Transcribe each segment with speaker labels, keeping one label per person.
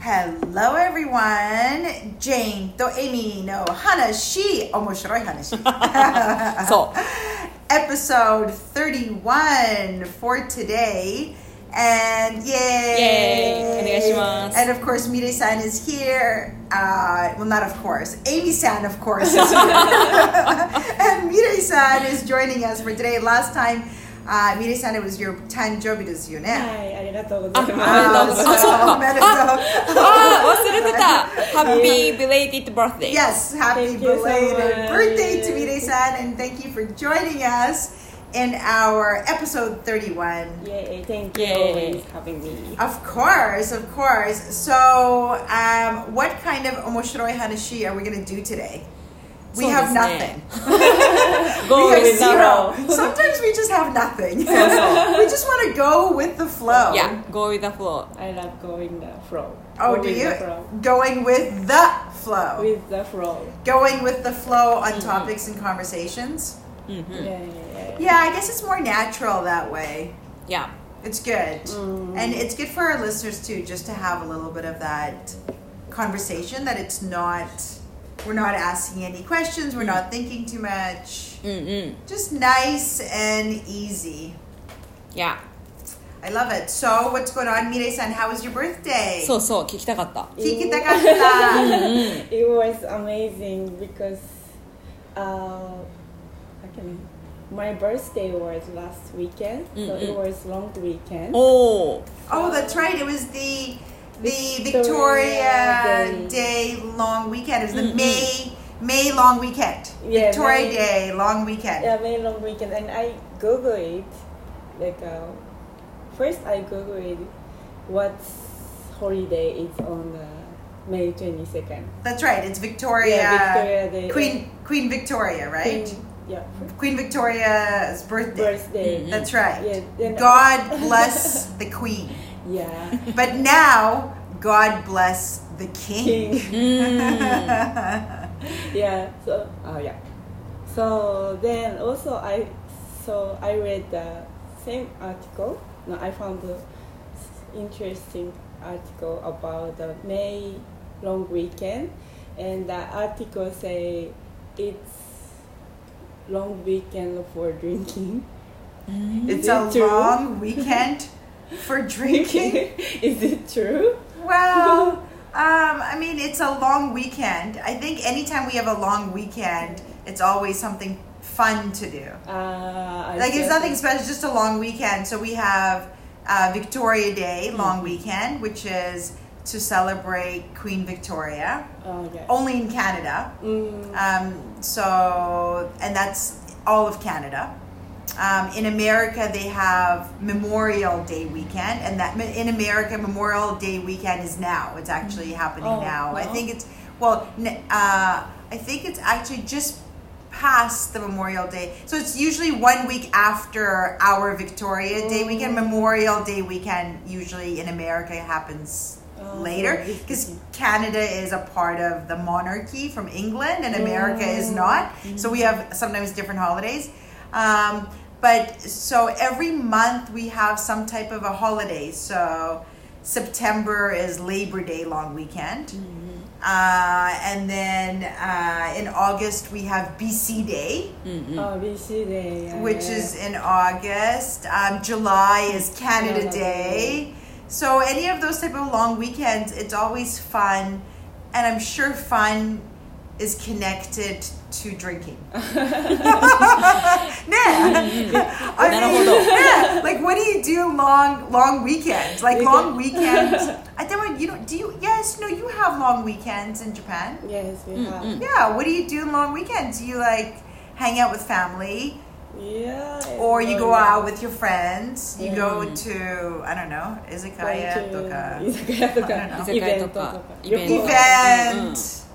Speaker 1: Hello everyone! ジェーンとエミの話面白い話
Speaker 2: そう
Speaker 1: Episode 31 for today and yay!
Speaker 2: イェーイお願いします
Speaker 1: And of course Mire san is here uh, well not of course Amy san of course is here. and Mire san is joining us for today last time uh, Mire san it was your誕生日ですよね、
Speaker 3: はい、ありがとうござい
Speaker 2: ああり がとうございま
Speaker 3: ます
Speaker 1: Medicine.
Speaker 2: あー忘れてたハッピーブレイティッドバースデー
Speaker 1: Yes, happy
Speaker 3: Thank you so
Speaker 1: belated
Speaker 3: much.
Speaker 1: birthday to Mire san, and thank you for joining us in our episode 31.
Speaker 3: す。イエーイ、Thank you
Speaker 2: Yay.
Speaker 3: always having me.
Speaker 1: Of course, of course. So, um, what kind of omoshiroi hanashi are we going to do today? We
Speaker 2: So
Speaker 1: have
Speaker 2: this day.
Speaker 1: nothing.
Speaker 2: ゴー
Speaker 1: we have
Speaker 2: ルド
Speaker 1: zero. Sometimes we just have nothing. we just want to go with the flow.
Speaker 2: いやゴールドフロ
Speaker 3: I love going the flow.
Speaker 1: Oh, do
Speaker 3: Go with
Speaker 1: you? Oh.
Speaker 3: The flow.
Speaker 1: Going with the flow.
Speaker 3: With the flow.
Speaker 1: going with the flow on topics and conversations.
Speaker 2: ーうんうん
Speaker 3: Yeah, yeah, yeah.
Speaker 1: Yeah, I guess it's more natural that way.
Speaker 2: いや
Speaker 1: It's good.
Speaker 3: Mm-hmm. Mm,
Speaker 1: And it's good for our listeners too, just to have a little bit of that conversation that it's not, we're not asking any questions, we're not thinking too much.
Speaker 2: うんうんい
Speaker 1: Just nice and easy.
Speaker 2: や
Speaker 1: I love it. So, what's going on, Mire san? How was your birthday?
Speaker 2: そうそう聞きたかった
Speaker 1: Kikitakatta.
Speaker 3: It was amazing because uh, how can I- my birthday was last weekend, so
Speaker 2: Mm,
Speaker 3: it
Speaker 2: mm.
Speaker 3: was long weekend.
Speaker 2: おお
Speaker 1: oh, that's right. It was the the Victoria
Speaker 3: Victoria
Speaker 1: Day,
Speaker 3: Day. Mm-hmm.
Speaker 1: long weekend. It was the May May long weekend.
Speaker 3: Yeah,
Speaker 1: Victoria
Speaker 3: May-
Speaker 1: Day long weekend.
Speaker 3: Yeah, very long weekend, and I Google it. Like, uh, first I Google it. What holiday is on uh, May twenty second?
Speaker 1: That's right. It's Victoria,
Speaker 3: Yeah, Victoria Day.
Speaker 1: Queen Queen Victoria, right? Queen,
Speaker 3: Yeah.
Speaker 1: Victoria's birthday.
Speaker 3: Birthday.
Speaker 1: That's right.
Speaker 3: Yeah, then-
Speaker 1: Mm-hmm. God bless the Queen.
Speaker 3: Yeah.
Speaker 1: But now, God bless the King.
Speaker 3: King.
Speaker 2: うーん
Speaker 3: yeah. So. Oh yeah. So then also I so I read the same article. No, I found the interesting article about the May long weekend, and the article say it's long weekend for drinking.
Speaker 1: It's
Speaker 3: Is it
Speaker 1: a
Speaker 3: true?
Speaker 1: long weekend for drinking.
Speaker 3: Is it true?
Speaker 1: Well, um, I mean, it's a long weekend. I think anytime we have a long weekend, it's always something fun to do.
Speaker 3: Uh, I
Speaker 1: like it's
Speaker 3: guess
Speaker 1: nothing special, just a long weekend. So we have uh, Victoria Day, long weekend, which is to celebrate Queen Victoria,
Speaker 3: Oh yeah.
Speaker 1: only in Canada.
Speaker 3: Mm,
Speaker 1: Um, so, and that's all of Canada. Um, in America, they have Memorial Day weekend, and that in America, Memorial Day weekend is now. It's actually happening
Speaker 3: Oh,
Speaker 1: now. I
Speaker 3: wow.
Speaker 1: think it's well. n- Uh, I think it's actually just past the Memorial Day, so it's usually one week after our Victoria Day weekend.
Speaker 3: Oh.
Speaker 1: Memorial Day weekend usually in America happens
Speaker 3: Oh,
Speaker 1: later
Speaker 3: this
Speaker 1: because
Speaker 3: weekend.
Speaker 1: Canada is a part of the monarchy from England, and America is not. So we have sometimes different holidays. Um, but so every month we have some type of a holiday. So September is Labor Day long weekend. Uh, and then uh, in August we have BC Day,
Speaker 3: oh, BC Day. yeah,
Speaker 1: which
Speaker 3: yeah.
Speaker 1: is in August. Um, July is Canada
Speaker 3: Canada
Speaker 1: Day. So any of those type of long weekends, it's always fun, and I'm sure fun is connected to drinking. yeah. I
Speaker 2: Not a
Speaker 1: mean,
Speaker 2: whole lot.
Speaker 1: yeah. Like what do you do long long weekends? Like long weekends. I don't know, you don't do you yes, no, you have long weekends in Japan.
Speaker 3: Yes, we have.
Speaker 1: Yeah, what do you do on long weekends? Do you like hang out with family
Speaker 3: Yeah.
Speaker 1: or you go
Speaker 3: yeah.
Speaker 1: out with your friends? You go to I don't know, izakaya toka
Speaker 3: 居酒屋とか
Speaker 1: あの
Speaker 2: 居酒屋とか
Speaker 3: イベント
Speaker 2: イベン
Speaker 3: と
Speaker 2: ト
Speaker 3: か
Speaker 1: event.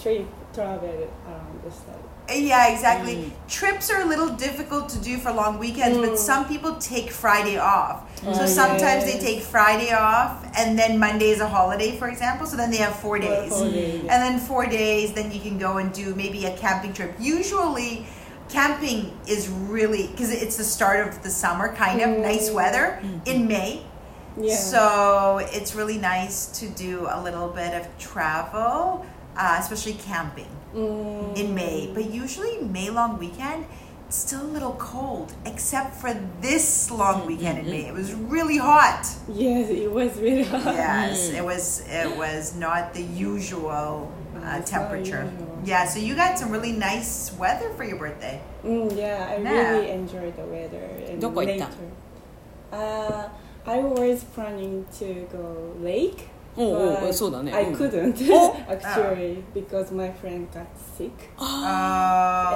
Speaker 3: trip travel um, around the state
Speaker 1: Yeah, exactly. Trips are a little difficult to do for long weekends, but some people take Friday off. so
Speaker 3: yeah,
Speaker 1: sometimes they
Speaker 3: yeah.
Speaker 1: take Friday off, and then Monday is a holiday, for example. So then they have four days.
Speaker 3: four days.
Speaker 1: And then four days, then you can go and do maybe a camping trip. Usually, camping is really, because it's the start of the summer, kind of nice weather in May.
Speaker 3: Yeah.
Speaker 1: So it's really nice to do a little bit of travel, uh, especially camping
Speaker 3: Mm.
Speaker 1: in May. But usually May long weekend, it's still a little cold, except for this long weekend in
Speaker 3: Mm-hmm.
Speaker 1: May. It was really hot.
Speaker 3: Yes, it was really hot.
Speaker 1: Yes, it was. It was not the usual uh,
Speaker 3: It's not
Speaker 1: temperature.
Speaker 3: usual.
Speaker 1: Yeah, so you got some really nice weather for your birthday.
Speaker 3: Mm, yeah, I
Speaker 1: Yeah.
Speaker 3: really enjoyed the weather and
Speaker 2: どこ行った？
Speaker 3: nature. Uh, I was planning to go lake.
Speaker 2: おうおう
Speaker 3: but
Speaker 2: そうだね
Speaker 3: I
Speaker 2: うん
Speaker 3: couldn't
Speaker 1: Oh!
Speaker 2: お
Speaker 1: Ah.
Speaker 3: actually because my friend got sick
Speaker 1: Oh,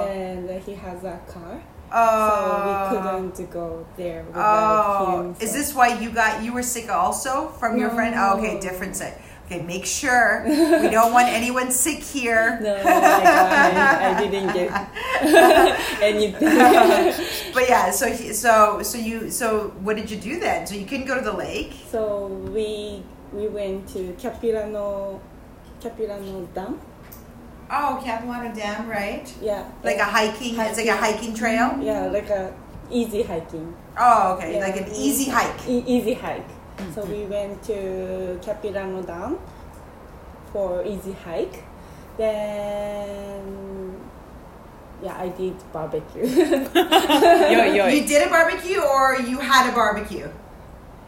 Speaker 3: and he has a car,
Speaker 1: oh,
Speaker 3: so we couldn't go there without
Speaker 1: Oh,
Speaker 3: him.
Speaker 1: is
Speaker 3: so-
Speaker 1: this why you got you were sick also from your friend? Oh, okay,
Speaker 3: No.
Speaker 1: different sick. Okay, make sure we don't want anyone sick here.
Speaker 3: No, I, I, I didn't get anything.
Speaker 1: But yeah, so he- so so you so what did you do then? So you couldn't go to the lake.
Speaker 3: So we we went to Capilano Capilano Dam.
Speaker 1: Oh, Capilano Dam, right?
Speaker 3: Yeah.
Speaker 1: Like a hiking, it's like a hiking trail.
Speaker 3: Yeah, like a easy hiking.
Speaker 1: Oh, okay,
Speaker 3: Mm-hmm. Yeah.
Speaker 1: like an easy hike.
Speaker 3: E- easy hike. So we
Speaker 1: Mm-hmm.
Speaker 3: went to Capilano Dam for easy hike. Then yeah, I did barbecue.
Speaker 2: よいよい
Speaker 1: You did a barbecue, or you had a barbecue?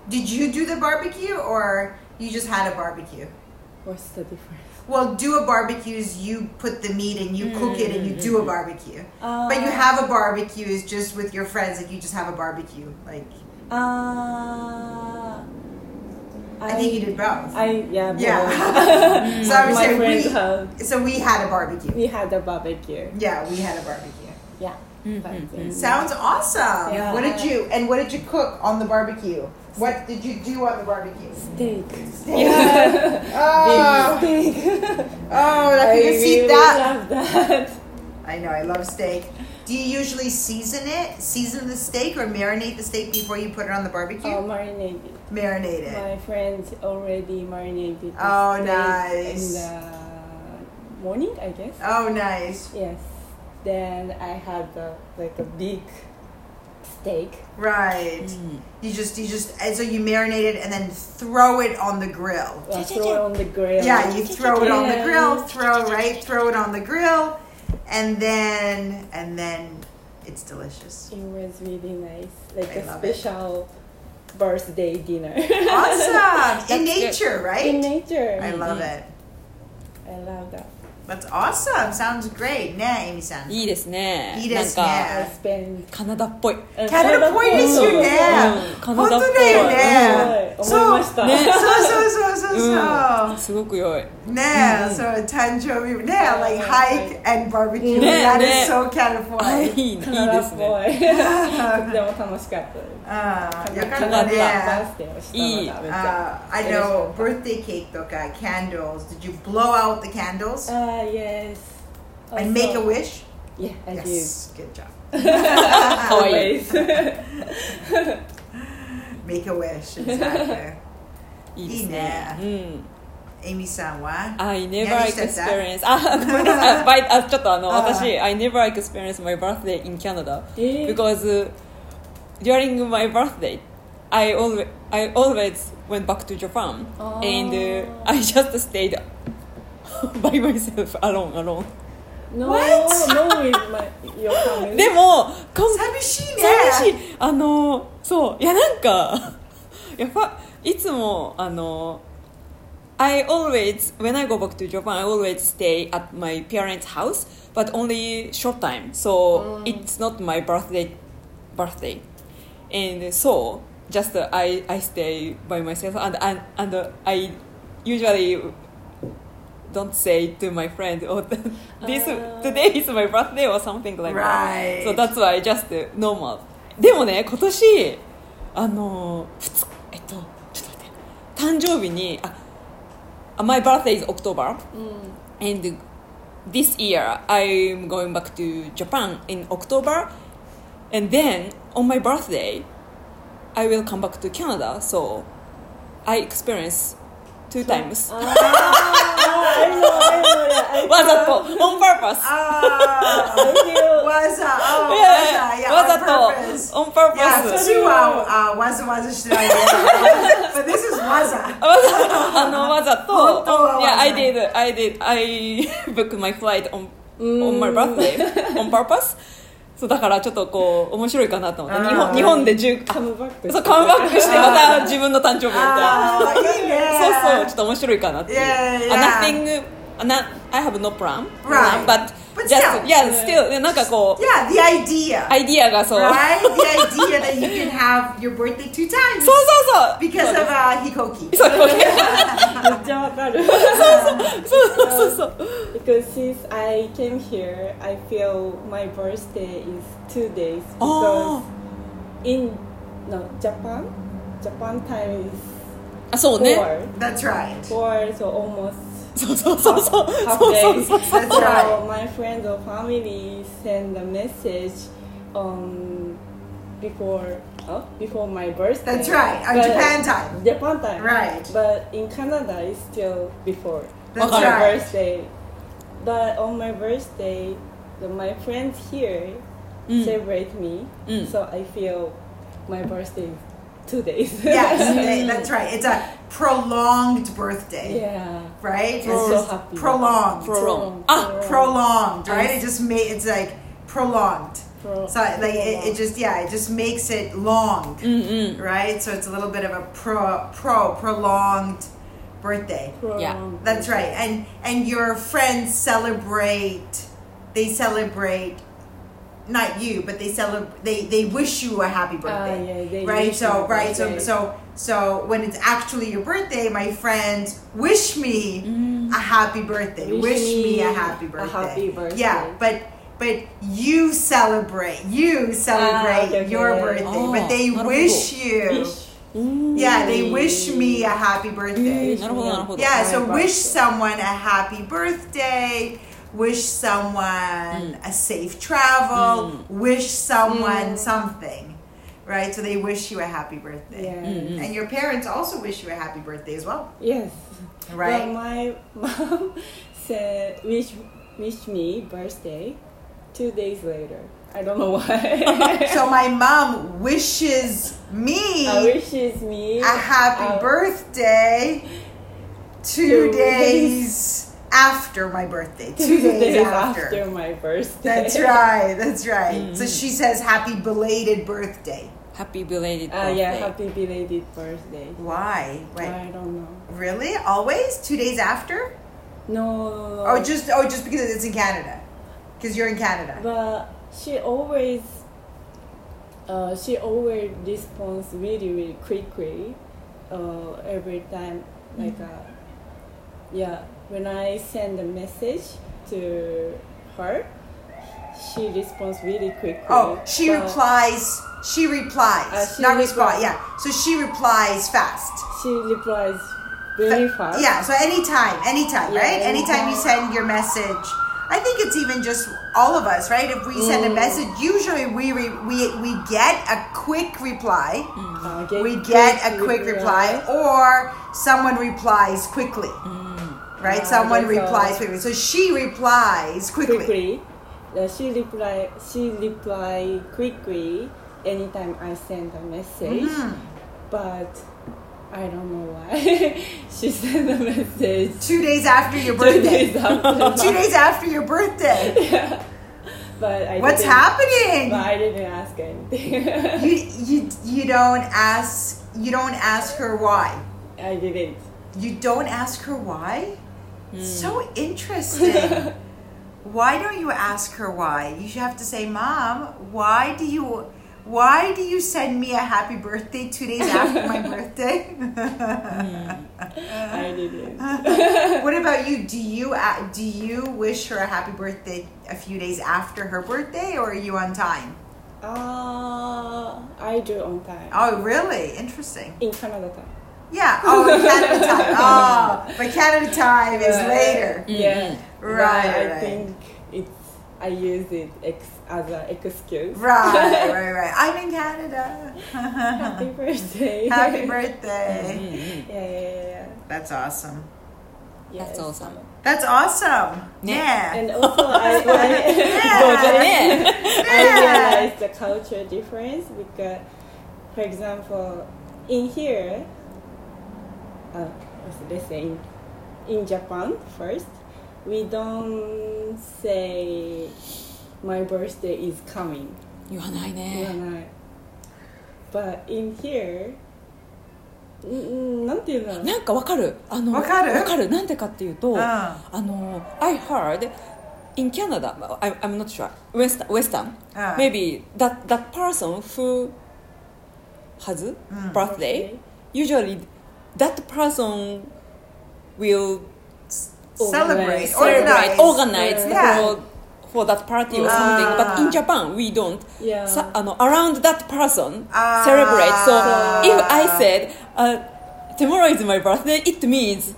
Speaker 1: Did you do the barbecue, or you just had a barbecue?
Speaker 3: What's the difference?
Speaker 1: Well, do a barbecue is you put the meat and you cook it and you do a barbecue.
Speaker 3: Uh,
Speaker 1: but you have a barbecue is just with your friends, like you just have a barbecue. Like
Speaker 3: Uh,
Speaker 1: I, think you did both.
Speaker 3: I yeah.
Speaker 1: yeah. so I would
Speaker 3: my
Speaker 1: say we,
Speaker 3: friends
Speaker 1: Mm-hmm.
Speaker 3: have-
Speaker 1: so we had a barbecue.
Speaker 3: We had a barbecue.
Speaker 1: Yeah, we had a barbecue.
Speaker 3: Yeah. but, uh,
Speaker 1: Sounds awesome.
Speaker 3: Mm-hmm. Yeah.
Speaker 1: What did you and what did you cook on the barbecue? What did you do on the barbecue?
Speaker 3: Steak.
Speaker 1: Oh,
Speaker 3: Big steak.
Speaker 1: oh, I
Speaker 3: I
Speaker 1: can see
Speaker 3: really
Speaker 1: that.
Speaker 3: love that.
Speaker 1: I know, I love steak. Do you usually season it, season the steak, or marinate the steak before you put it on the barbecue?
Speaker 3: Oh, marinated.
Speaker 1: marinate it.
Speaker 3: My friends already marinated. the
Speaker 1: Oh,
Speaker 3: steak
Speaker 1: nice.
Speaker 3: In the morning, I guess.
Speaker 1: Oh, nice.
Speaker 3: Yes. Then I had the, like a big steak.
Speaker 1: Right.
Speaker 2: Mm.
Speaker 1: You just, you just, and so you marinate it and then throw it on the grill.
Speaker 3: Uh, throw it on the grill.
Speaker 1: Yeah, you throw it on the
Speaker 3: Yeah.
Speaker 1: grill, throw, right? Throw it on the grill, and then, and then it's delicious.
Speaker 3: It was really nice. Like
Speaker 1: I
Speaker 3: a
Speaker 1: love it.
Speaker 3: special birthday dinner.
Speaker 1: Awesome. In
Speaker 2: good. Mm-hmm.
Speaker 1: nature,
Speaker 3: In
Speaker 1: right?
Speaker 3: nature.
Speaker 1: I love it.
Speaker 3: I love that.
Speaker 1: That's awesome. Sounds great. Ne, Amy san.
Speaker 2: いいですね
Speaker 1: いいですね
Speaker 2: なんか
Speaker 3: I spend
Speaker 2: カナダっぽい
Speaker 1: Canada point is your
Speaker 2: うん
Speaker 1: name.
Speaker 2: カナダっぽい Oh,
Speaker 3: うん思いましたね
Speaker 1: そうそうそうそうそう。
Speaker 2: すごく良い Mm-hmm.
Speaker 1: Nah, so a tanjo nah, like hike and barbecue.
Speaker 2: Nah,
Speaker 1: that is
Speaker 2: nah.
Speaker 1: so California.
Speaker 2: いいいいです
Speaker 3: カナダっぽ
Speaker 2: ね
Speaker 3: い とても楽しかったです
Speaker 1: Ah,
Speaker 3: カナダ
Speaker 1: yokata ne.
Speaker 3: バースデーをしたのがめっちゃ
Speaker 1: Ah, I know birthday cake toka candles. Did you blow out the candles
Speaker 3: あー Ah, yes
Speaker 1: Ah. and make a wish?
Speaker 3: yeah I did
Speaker 1: Yes, good job.
Speaker 2: かわいい
Speaker 3: always
Speaker 1: Make a wish. Exactly.
Speaker 2: いいですね
Speaker 1: い
Speaker 2: うん
Speaker 1: Amy-san wa?
Speaker 2: I
Speaker 1: 何
Speaker 2: never
Speaker 1: してた
Speaker 2: experience あごめんなさいバイあちょっとあの
Speaker 1: あ
Speaker 2: 私 I never experience my birthday in Canada
Speaker 3: えー
Speaker 2: because uh, during my birthday I always I always went back to Japan
Speaker 3: Oh.
Speaker 2: and uh, I just stayed by myself alone alone
Speaker 3: no
Speaker 1: What?
Speaker 3: no with my your family
Speaker 2: でもかん
Speaker 1: Sabishii
Speaker 2: 寂
Speaker 1: ne.
Speaker 2: しいあのそういやなんか やっぱいつもあの I always when I go back to Japan I always stay at my parents house but only short time so、it's not my birthday birthday and so just I I stay by myself and and, and I usually don't say to my friend oh this
Speaker 3: Ah.
Speaker 2: today is my birthday or something like
Speaker 1: Right.
Speaker 2: that so that's why just normal でもね今年あの2日えっとちょっと待って誕生日にああ my birthday is October
Speaker 3: うん
Speaker 2: and this year I'm going back to Japan in October and then on my birthday I will come back to Canada so I experience two times
Speaker 3: あー I I know, I know. Yeah, I
Speaker 2: わざ
Speaker 3: feel-
Speaker 2: と on purpose
Speaker 1: Ah,
Speaker 3: I feel.
Speaker 1: waza. Oh, waza. Yeah,
Speaker 2: わ
Speaker 1: on
Speaker 2: ざ
Speaker 1: purpose.
Speaker 2: と on purpose
Speaker 1: Yeah,
Speaker 3: Yes.
Speaker 1: two uh, uh, waza waza should I But this is waza.
Speaker 2: わざとあのわざと
Speaker 1: 本当は
Speaker 2: on- yeah
Speaker 1: わざ
Speaker 2: I did I did I booked my flight on on my birthday on purpose そうだからちょっとこう面白いかなと思って日
Speaker 1: あ
Speaker 2: 本
Speaker 1: ー
Speaker 2: 日本で10あ
Speaker 3: Come back.
Speaker 2: そうカムバックしてまた自分の誕生日みたいな
Speaker 1: Ah,
Speaker 2: そうそうちょ
Speaker 1: yeah.
Speaker 2: っと面白いかなっていう
Speaker 1: Yeah, yeah.
Speaker 2: Ah, nothing ah, not- I have no plan
Speaker 1: Right.
Speaker 2: but
Speaker 1: But
Speaker 2: just
Speaker 1: still.
Speaker 2: yeah still なんかこう
Speaker 1: Yeah, the idea.
Speaker 2: アイディアがそう
Speaker 1: Right? The idea that you can have your birthday two
Speaker 2: そう
Speaker 1: times
Speaker 2: そうそう
Speaker 1: because of uh, Hikoki.
Speaker 2: そうそう
Speaker 3: Because
Speaker 2: そうそうそう
Speaker 3: since I came here, I feel my birthday is two days. Because
Speaker 2: Oh.
Speaker 3: in no Japan, Japan time is
Speaker 2: あそう
Speaker 3: four,
Speaker 2: ね
Speaker 1: That's right.
Speaker 3: four, so almost
Speaker 2: そうそうそうそう
Speaker 3: half
Speaker 2: そう
Speaker 3: day.
Speaker 2: そうそう
Speaker 1: That's
Speaker 3: so
Speaker 1: right.
Speaker 3: my friends or family send a message um before oh, before my birthday.
Speaker 1: That's right. On
Speaker 3: But-
Speaker 1: Japan time.
Speaker 3: Japan time.
Speaker 1: Right.
Speaker 3: But in Canada, it's still before
Speaker 1: That's
Speaker 3: my
Speaker 1: right.
Speaker 3: birthday. But on my birthday, the, my friends here celebrate me,
Speaker 2: Mm.
Speaker 3: so I feel my birthday is two days.
Speaker 1: Yes, they- that's right. It's a prolonged birthday,
Speaker 3: yeah.
Speaker 1: right? It's
Speaker 3: I'm so
Speaker 1: just
Speaker 3: happy.
Speaker 1: prolonged.
Speaker 2: Prolong.
Speaker 3: Prolong.
Speaker 2: Ah,
Speaker 1: prolonged, right?
Speaker 2: Yes.
Speaker 1: It just made it's like prolonged.
Speaker 3: Pro-
Speaker 1: So like it, it just yeah, it just makes it long,
Speaker 2: うんうん。
Speaker 1: right? So it's a little bit of a pro pro prolonged birthday.
Speaker 3: Prolong.
Speaker 2: Yeah.
Speaker 1: That's right. And and your friends celebrate. They celebrate not you, but they celebrate they they wish you a happy birthday.
Speaker 3: Oh, Ah, yeah, they
Speaker 1: right?
Speaker 3: wish you
Speaker 1: So
Speaker 3: a
Speaker 1: right. So
Speaker 3: birthday.
Speaker 1: so so when it's actually your birthday, my friends wish me a happy birthday. Wish,
Speaker 3: Mm. Wish
Speaker 1: me,
Speaker 3: me
Speaker 1: a happy
Speaker 3: a
Speaker 1: birthday.
Speaker 3: happy birthday.
Speaker 1: Yeah, but but you celebrate. You celebrate
Speaker 3: Ah, okay, okay,
Speaker 1: your
Speaker 3: yeah.
Speaker 1: birthday,
Speaker 2: Oh,
Speaker 1: but they
Speaker 2: not a
Speaker 1: wish you.
Speaker 3: Wish.
Speaker 1: Yeah, they wish me a happy birthday.
Speaker 3: Mm,
Speaker 2: なるほどなるほど。
Speaker 1: Yeah, so
Speaker 3: Happy
Speaker 1: wish
Speaker 3: birthday.
Speaker 1: someone a happy birthday, wish someone a safe travel, wish someone something, right? So they wish you a happy birthday.
Speaker 3: Yeah.
Speaker 2: Mm.
Speaker 1: And your parents also wish you a happy birthday as well,
Speaker 3: Yes. But
Speaker 1: right?
Speaker 3: my mom said wish wish me birthday two days later. I don't know why.
Speaker 1: so my mom wishes me
Speaker 3: I wishes me
Speaker 1: a happy
Speaker 3: uh,
Speaker 1: birthday two
Speaker 3: two
Speaker 1: days after my birthday. Two
Speaker 3: two
Speaker 1: days
Speaker 3: after.
Speaker 1: after.
Speaker 3: my birthday.
Speaker 1: That's right, that's right. So
Speaker 3: Mm.
Speaker 1: she says happy belated birthday.
Speaker 2: Happy belated
Speaker 3: Uh, yeah,
Speaker 2: birthday.
Speaker 3: happy belated birthday.
Speaker 1: Why? Wait,
Speaker 3: I don't know.
Speaker 1: really? Always? Two days after?
Speaker 3: No.
Speaker 1: Oh, just oh, just because it's in Canada, because you're in Canada.
Speaker 3: but she always. Uh, she always responds really really quickly. Uh, every time, like
Speaker 1: Mm.
Speaker 3: uh, yeah, when I send a message to her, she responds really quickly.
Speaker 1: Oh, she
Speaker 3: but
Speaker 1: replies. She replies,
Speaker 3: Uh, she
Speaker 1: not
Speaker 3: repli-
Speaker 1: respond. Yeah, so she replies fast.
Speaker 3: She replies very fast.
Speaker 1: Yeah, so anytime, anytime,
Speaker 3: Yeah,
Speaker 1: right? Anytime
Speaker 3: anytime.
Speaker 1: you send your message. I think it's even just all of us, right? If we send
Speaker 3: Mm.
Speaker 1: a message, usually we re- we we get a quick reply.
Speaker 3: Uh,
Speaker 1: we get a quick reply or someone replies quickly right
Speaker 3: Mm. Yeah,
Speaker 1: someone
Speaker 3: that's all.
Speaker 1: replies quickly so she replies quickly,
Speaker 3: quickly. Uh, she reply she reply quickly anytime I send a message.
Speaker 1: Mm-hmm.
Speaker 3: But I don't know why she sent a message
Speaker 1: two days after your
Speaker 3: two
Speaker 1: birthday
Speaker 3: days after.
Speaker 1: two days after your birthday
Speaker 3: but I
Speaker 1: what's
Speaker 3: didn't- But
Speaker 1: happening
Speaker 3: I didn't ask anything.
Speaker 1: you, you you don't ask you don't ask her why
Speaker 3: I didn't.
Speaker 1: you don't ask her why so interesting why don't you ask her why you should have to say mom why do you why do you send me a happy birthday two days after my birthday Uh,
Speaker 3: I didn't.
Speaker 1: what about you do you a- do you wish her a happy birthday a few days after her birthday or are you on time
Speaker 3: Uh, I do on time.
Speaker 1: oh really interesting
Speaker 3: In Canada time.
Speaker 1: yeah oh in canada time oh but canada time is later
Speaker 3: Yeah.
Speaker 1: Right,
Speaker 3: But I
Speaker 1: right.
Speaker 3: think it's I use it ex- as an excuse.
Speaker 1: right right right i'm in canada
Speaker 3: Happy birthday.
Speaker 1: Happy birthday.
Speaker 3: Yeah, yeah, yeah, yeah.
Speaker 1: That's awesome.
Speaker 3: Yeah,
Speaker 2: That's
Speaker 3: it's
Speaker 2: awesome.
Speaker 3: summer.
Speaker 1: That's awesome.
Speaker 2: Yeah.
Speaker 1: Yeah.
Speaker 3: And also, I, I,
Speaker 2: そうじゃ
Speaker 1: Yeah.
Speaker 2: ね
Speaker 1: Yeah.
Speaker 3: I realized the culture difference because, for example, in here, uh, let's say in, in Japan first, we don't say my birthday is coming.
Speaker 2: 言わないね
Speaker 3: Yeah. But in here, んんなんていうの
Speaker 2: なんかわかるあの
Speaker 1: わかる
Speaker 2: わかるなんでかっていう
Speaker 1: う
Speaker 2: と、
Speaker 1: ん
Speaker 2: あの I heard in Canada I, I'm not sure West, Western、
Speaker 1: うん
Speaker 2: maybe that, that person who has birthday usually that person will
Speaker 1: Celebrate.
Speaker 3: Organize.
Speaker 2: celebrate
Speaker 1: Organize.
Speaker 2: organize
Speaker 1: Yeah.
Speaker 2: for, for that party or something but in Japan we don't
Speaker 3: Yeah.
Speaker 2: さあの around that person
Speaker 1: あー
Speaker 2: celebrate so
Speaker 1: あー
Speaker 2: if I said、uh, tomorrow is my birthday it means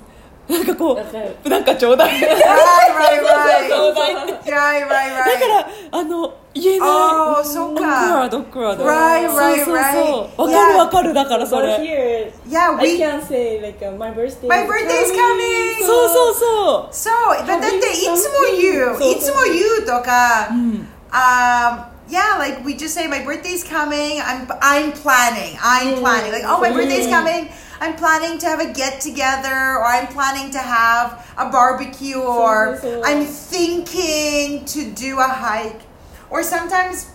Speaker 2: なんかこ
Speaker 3: わかる
Speaker 2: うなんかちょ うだい
Speaker 1: Right, right,
Speaker 2: ちょう
Speaker 1: right.
Speaker 2: だいっ
Speaker 1: Right, right,
Speaker 2: てだか
Speaker 1: right.
Speaker 2: らあの言えない
Speaker 1: あーそっか
Speaker 2: ドッグラド
Speaker 1: Right, right,
Speaker 2: そうそうそう
Speaker 1: right.
Speaker 2: わか
Speaker 1: Yeah.
Speaker 2: るわかるだからそ
Speaker 3: But
Speaker 2: れ
Speaker 3: here,
Speaker 1: Yeah,
Speaker 3: I
Speaker 1: we.
Speaker 3: can say like uh, my birthday.
Speaker 1: My birthday is coming.
Speaker 2: そうそうそう
Speaker 1: So, but that they, it's
Speaker 3: Having
Speaker 1: more you,
Speaker 3: something.
Speaker 1: it's more you, Doka.
Speaker 3: Hmm.
Speaker 1: Um, yeah, like we just say, my birthday's coming. I'm, I'm planning. I'm planning. Like, oh, my birthday's coming. I'm planning to have a get together, or I'm planning to have a barbecue, or
Speaker 3: so.
Speaker 1: I'm thinking to do a hike. Or sometimes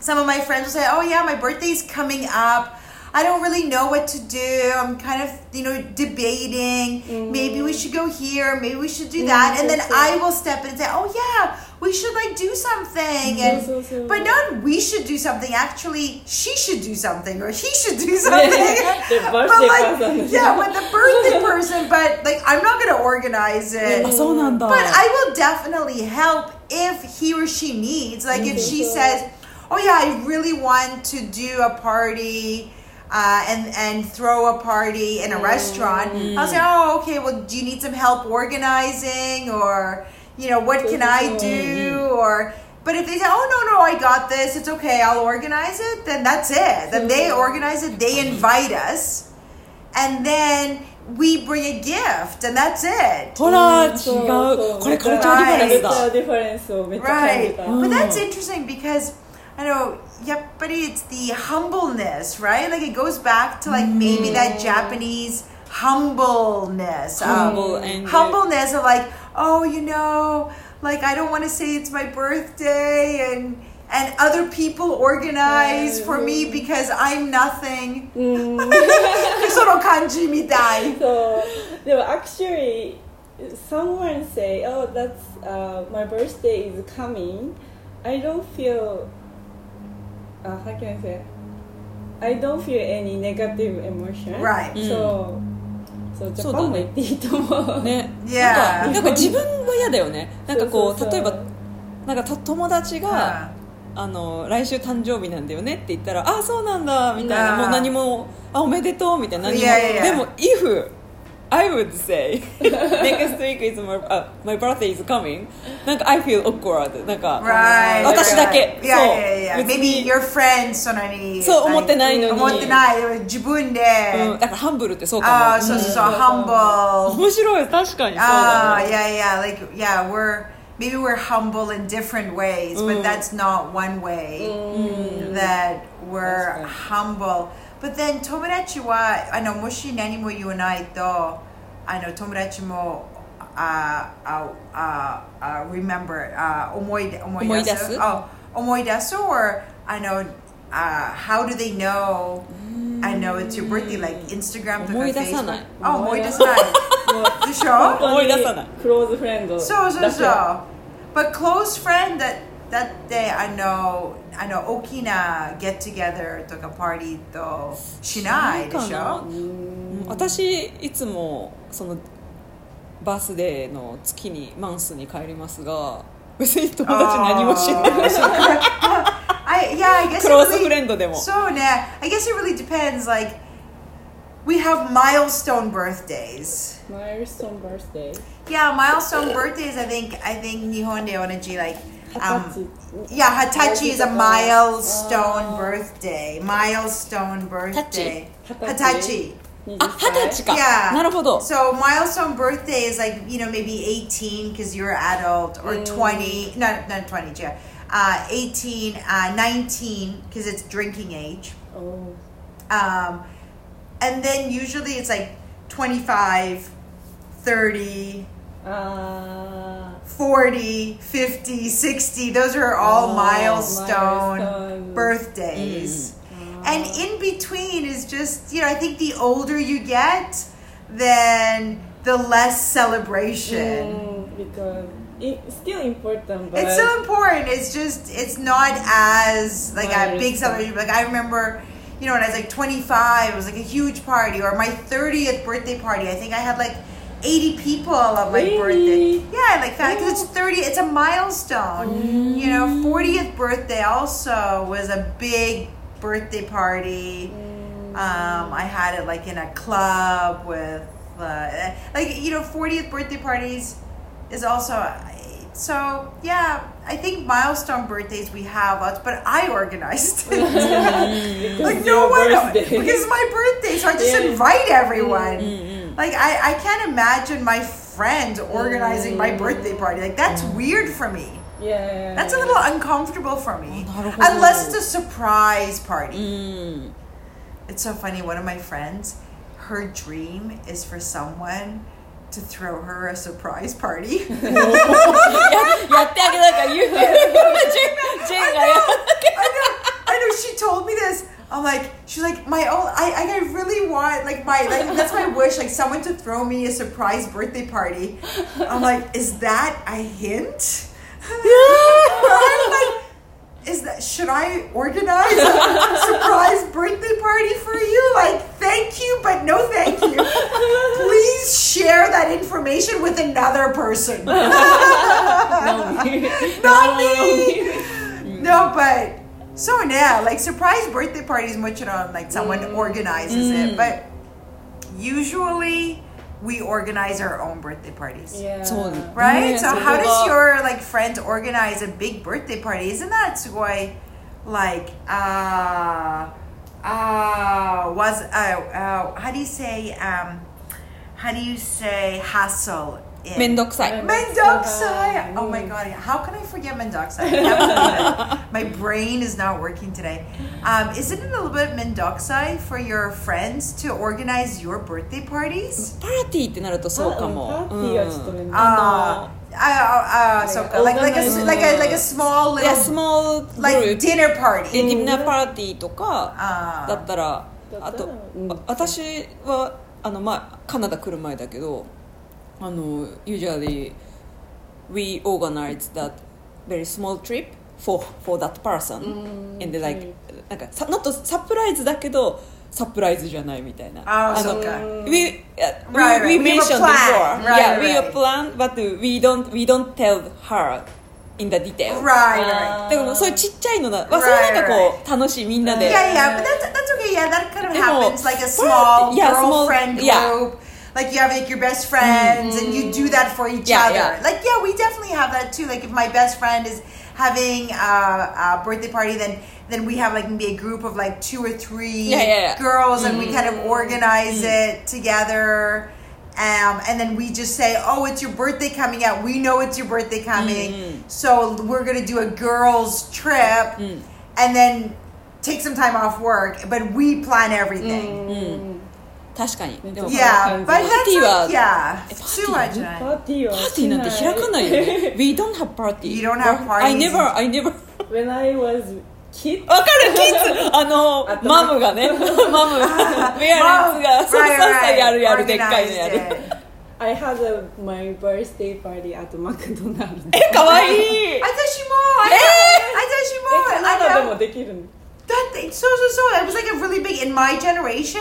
Speaker 1: some of my friends will say, "Oh yeah, my birthday's coming up. I don't really know what to do. I'm kind of, you know, debating. Maybe we should go here. Maybe we should do that." And then
Speaker 3: Mm-hmm. that's
Speaker 1: I will step in and say, "Oh yeah, we should like do something." And
Speaker 3: so, so.
Speaker 1: but not we should do something. Actually, she should do something, or he should do something.
Speaker 3: The
Speaker 1: but
Speaker 3: birthday
Speaker 1: like,
Speaker 3: person.
Speaker 1: yeah, with the birthday person. But like, I'm not gonna organize it.
Speaker 2: あそうなんだ
Speaker 1: But I will definitely help if he or she needs. Like if she says, "Oh yeah, I really want to do a party." Uh, and and throw a party in a restaurant. I'll say, oh, okay. Well, do you need some help organizing, or you know, what can I do? Or but if they say, oh no no, I got this. It's okay. I'll organize it. Then that's it. Then they organize it. They invite us, and then we bring a gift, and that's it.
Speaker 2: ほら違う
Speaker 3: そうそう
Speaker 2: これカルチャーディファレンスだ
Speaker 3: カルチャーディファレンスをめっちゃ感じ
Speaker 1: Right.
Speaker 3: た、
Speaker 1: But that's
Speaker 2: Oh.
Speaker 1: interesting because I know yappari it's the humbleness, right? Like it goes back to like maybe that
Speaker 2: Mm.
Speaker 1: Japanese humbleness. of-
Speaker 2: Humble and-
Speaker 1: humbleness of like, oh, you know, like I don't want to say it's my birthday and and other people organize for me
Speaker 2: Mm.
Speaker 1: because I'm nothing. その感じみたい。
Speaker 3: そうでも actually someone say oh that's、uh, my birthday is coming I don't feel、uh, how can I say I don't feel any negative emotion
Speaker 1: Right.
Speaker 3: so、so ジ
Speaker 2: そ
Speaker 3: ャ
Speaker 2: う
Speaker 3: パ
Speaker 2: だね
Speaker 3: ンも言 っていいと思う
Speaker 2: ね、
Speaker 1: Yeah.
Speaker 2: なんかなんか自分が嫌だよねなんかこう
Speaker 3: そうそうそう
Speaker 2: 例えばなんかと友達が、あの「来週誕生日なんだよね」って言ったら「ああそうなんだ」みたいな、
Speaker 1: うん
Speaker 2: もう何も「あおめでとう」みたいな何も、
Speaker 1: いやいやいや
Speaker 2: でも「if I would say next week is my,、uh, my birthday is coming」なんか「I feel awkward」なんか、
Speaker 1: Right.
Speaker 2: 私だけ
Speaker 1: Yeah,
Speaker 2: そう
Speaker 1: yeah, yeah, yeah.
Speaker 2: 別
Speaker 1: Maybe
Speaker 2: に
Speaker 1: your friends そんなに。
Speaker 2: そう
Speaker 1: like,
Speaker 2: 思ってないのに
Speaker 1: 思ってない。自分で。
Speaker 2: うん、だからハンブルってそう
Speaker 1: あ
Speaker 2: か
Speaker 1: あ、そうそうそう、
Speaker 3: うん
Speaker 1: humble.
Speaker 2: も面白い確かにそう
Speaker 1: あ
Speaker 2: だ
Speaker 1: あ、
Speaker 2: ね
Speaker 1: Ah, yeah, yeah. Like, yeah, we're, maybe we're humble in different ways, but
Speaker 2: うん
Speaker 1: that's not one way that we're
Speaker 3: 確かに
Speaker 1: humble. But then 友達は、あの、もし何も言わないと、あの、友達も、ああ、ああ、remember、あ uh, 思い出、思い出す。
Speaker 2: 思い出す
Speaker 1: あ思い出す Oh, or I know uh, how do they know I know it's your birthday like Instagram とか
Speaker 2: 思い出さない
Speaker 1: Facebook Oh, あ思い出さないでしょ
Speaker 2: 思い出さない
Speaker 3: クローズフレンド
Speaker 1: そうそうそう but close friend that that day I know I know 大きな get together とかパーティーとしないでしょ
Speaker 2: うん私いつもそのバースデーの月にマンスに帰ります が別に友達何もしない
Speaker 1: あーそっか Oh. I, yeah, I guess
Speaker 2: クローズ
Speaker 1: it really-
Speaker 2: フレンドでも
Speaker 1: So nah, I guess it really depends. Like, we have milestone birthdays.
Speaker 3: マイルストンバースデー
Speaker 1: Yeah, milestone birthdays. I think I think Nihon de Onaji like.
Speaker 3: 二十
Speaker 1: Um,
Speaker 3: 歳
Speaker 1: yeah, Hitachi is a milestone
Speaker 3: Oh.
Speaker 1: birthday. Milestone birthday. Hitachi.
Speaker 3: 20
Speaker 2: あ、二十歳か。
Speaker 1: Yeah.
Speaker 2: なるほど。
Speaker 1: So milestone birthday is like you know maybe 18 because you're adult or 20 not not 20 yeah uh, 18 uh, 19 because it's drinking age
Speaker 3: Oh.
Speaker 1: um, and then usually it's like 25 30
Speaker 3: Uh,
Speaker 1: 40 50 60 those are all
Speaker 3: Oh,
Speaker 1: milestone,
Speaker 3: milestones. Mm.
Speaker 1: birthdays and in between is just you know i think the older you get then the less celebration
Speaker 3: mm, because it's still important, but
Speaker 1: it's so important it's just it's not as like a big
Speaker 3: Milestone.
Speaker 1: celebration like i remember you know when i was like 25 it was like a huge party or my 30th birthday party i think i had like 80 people at my
Speaker 3: Really?
Speaker 1: birthday yeah like that because it's 30 it's a milestone you know 40th birthday also was a big birthday party um, I had it like in a club with, uh, like you know, 40th birthday parties is also. So yeah, I think milestone birthdays we have lots, but I organized it.
Speaker 3: because
Speaker 1: like no
Speaker 3: your
Speaker 1: one
Speaker 3: birthday.
Speaker 1: because it's my birthday, so I just
Speaker 3: Yeah.
Speaker 1: invite everyone. Like I, I can't imagine my friends organizing my birthday party. Like that's weird for me.
Speaker 3: yeah,
Speaker 1: That's a little uncomfortable for me.
Speaker 2: Oh, not at all.
Speaker 1: Unless it's a surprise party.
Speaker 2: うん。
Speaker 1: It's so funny. One of my friends, her dream is for someone to throw her a surprise party.
Speaker 2: ややってあげたから、 ゆう、ジェン、ジェンがやったけ
Speaker 1: I know she told me this. I'm like, she's like, my own. I, I really want like my like that's my wish. Like someone to throw me a surprise birthday party. I'm like, is that a hint? I'm like, is that should I organize a surprise birthday party for you? Like, thank you, but no thank you. Please share that information with another person.
Speaker 2: ど。
Speaker 1: Not me. No, but so now, like surprise birthday parties, much on like someone
Speaker 3: Mm.
Speaker 1: organizes it, but usually we organize our own birthday parties.
Speaker 3: yeah.
Speaker 2: そう。
Speaker 1: Right? so how does
Speaker 2: ね
Speaker 1: your like friend organize a big birthday party? Isn't that why like uh uh was uh, uh how do you say um how do you say hassle
Speaker 2: そ
Speaker 1: in
Speaker 2: うめんどくさい。
Speaker 1: Mendoxai.
Speaker 3: Mendoxai.
Speaker 1: Oh my god, how can I forget Mendoxai? I can't believe it. my brain is not working today. Um, isn't it a little bit Mendoxai for your friends to organize your birthday parties?
Speaker 2: パーティーってなるとそうかも。
Speaker 3: パーティーはちょっとね、
Speaker 2: Oh,
Speaker 1: Uh, uh, uh, uh, so
Speaker 3: Like
Speaker 1: like like a s-
Speaker 3: organize-
Speaker 1: like a like a small
Speaker 2: いや、
Speaker 1: little
Speaker 2: スモールグルー
Speaker 1: like
Speaker 2: プ
Speaker 1: dinner party.
Speaker 2: でディナーパーティーとか
Speaker 1: あー
Speaker 2: だったら
Speaker 3: だ
Speaker 2: あ
Speaker 3: ったら
Speaker 2: と
Speaker 3: うん
Speaker 2: あ私はあの、まあ、カナダ来る前だけどあの usually we organize that very small trip for, for that person、and they like なんかさ not サプライズだけどサプライズじゃないみたいな
Speaker 1: あー
Speaker 2: の
Speaker 1: そっか
Speaker 2: we, uh, we,
Speaker 1: Right, right. We have a
Speaker 2: we mentioned before
Speaker 1: plan. Right,
Speaker 2: yeah we
Speaker 1: right.
Speaker 2: have plan but we don't we don't tell her in the detail
Speaker 1: Right, right.
Speaker 2: でもそういうちっちゃいのだ、まあ、それはなんかこう楽しいみんなで
Speaker 1: Yeah, yeah, but that's that's okay. Yeah, that kind of
Speaker 2: They
Speaker 1: happens.
Speaker 2: will
Speaker 1: Like a
Speaker 2: spread-
Speaker 1: small
Speaker 2: yeah, small-
Speaker 1: girlfriend
Speaker 2: yeah. Mm.
Speaker 1: group. Like you have like your best friends, and you do that for each
Speaker 2: Yeah,
Speaker 1: other.
Speaker 2: yeah.
Speaker 1: Like yeah, we definitely have that too. Like if my best friend is having a, a birthday party, then then we have like maybe a group of like two or three
Speaker 2: Yeah, yeah, Mm-hmm. yeah.
Speaker 1: girls, and we kind of organize it together. Um, and then we just say, "Oh, it's your birthday coming out. We know it's your birthday coming,
Speaker 2: Mm-hmm.
Speaker 1: so we're gonna do a girls' trip, and then take some time off work. But we plan everything.
Speaker 2: Mm-hmm. 確かにでも
Speaker 1: Yeah, but
Speaker 3: Okay.
Speaker 1: that's
Speaker 2: Party
Speaker 1: like,
Speaker 2: was-
Speaker 1: yeah,
Speaker 2: Party
Speaker 1: too much.
Speaker 2: was-
Speaker 3: パーティーは
Speaker 2: パーティ
Speaker 3: し
Speaker 2: ー
Speaker 3: い
Speaker 2: なんて開かないよね We don't have party
Speaker 1: You don't have parties.
Speaker 2: I never I never わ
Speaker 3: When I was kid,
Speaker 2: かるキッズあの
Speaker 3: 頭
Speaker 2: マムがねマムペアレンツが
Speaker 1: Mom,
Speaker 2: そうそう
Speaker 1: right,
Speaker 2: そう
Speaker 1: right,
Speaker 2: やるやるでっかいのや
Speaker 1: organized
Speaker 2: る
Speaker 1: it.
Speaker 3: I had a, my birthday party at McDonald's.
Speaker 1: Oh,
Speaker 2: えかわい
Speaker 1: I
Speaker 2: い
Speaker 1: thought she more. I
Speaker 2: Eh?
Speaker 1: thought- I thought she more.
Speaker 3: カ
Speaker 1: I
Speaker 3: ナダ
Speaker 1: know.
Speaker 3: でもできるの
Speaker 1: That thing, so so so. It was like a really big in my generation.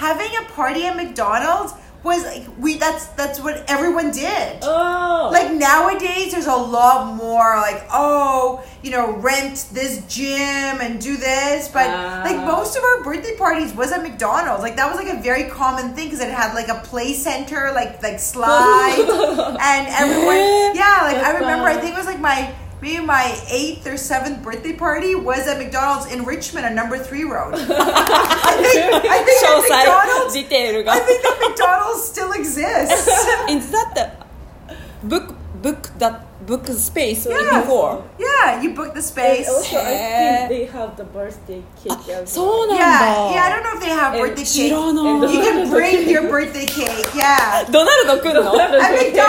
Speaker 1: Having a party at McDonald's was like we. That's that's what everyone did.
Speaker 3: Oh!
Speaker 1: Like nowadays, there's a lot more like oh, you know, rent this gym and do this. But
Speaker 3: Ah.
Speaker 1: like most of our birthday parties was at McDonald's. Like that was like a very common thing because it had like a play center, like like slide, and everyone. Yeah, like I
Speaker 3: That's
Speaker 1: remember. I
Speaker 3: fun.
Speaker 1: think it was like my Maybe my eighth or seventh birthday party was at McDonald's in Richmond on number three road. I think, I think at McDonald's,
Speaker 2: 詳細ディテールが
Speaker 1: I think that McDonald's still exists.
Speaker 2: Is that the book book that book space
Speaker 1: Yeah.
Speaker 2: before?
Speaker 1: Yeah, you book the
Speaker 3: And
Speaker 1: space.
Speaker 3: also, I
Speaker 2: Yeah.
Speaker 3: think they have the birthday
Speaker 1: Ah,
Speaker 3: cake. as
Speaker 2: そ うなんだ
Speaker 1: Yeah, yeah. I don't know if they have
Speaker 3: And
Speaker 1: birthday cake.
Speaker 2: 知ら
Speaker 1: You
Speaker 2: ない
Speaker 1: can bring your birthday cake. Yeah.
Speaker 2: ドナルドく んの
Speaker 3: well.
Speaker 2: え
Speaker 1: At McDonald's. Yes. yes.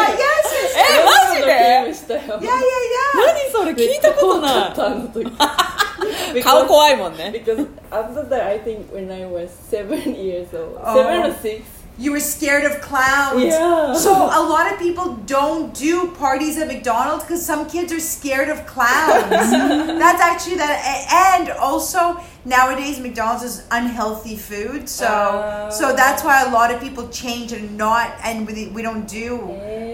Speaker 2: マジで
Speaker 1: いやいやいや。
Speaker 2: 何それ聞いたこと な
Speaker 3: ない
Speaker 2: い顔怖いもんね
Speaker 3: Because after that, I think when I was seven years old,
Speaker 1: Oh.
Speaker 3: seven or six,
Speaker 1: You were scared of clowns.
Speaker 3: Yeah.
Speaker 1: So a lot of people don't do parties at McDonald's because some kids are scared of clowns. That's actually that. And also nowadays McDonald's is unhealthy food, so
Speaker 3: Oh.
Speaker 1: so that's why a lot of people change and not and we, we don't do.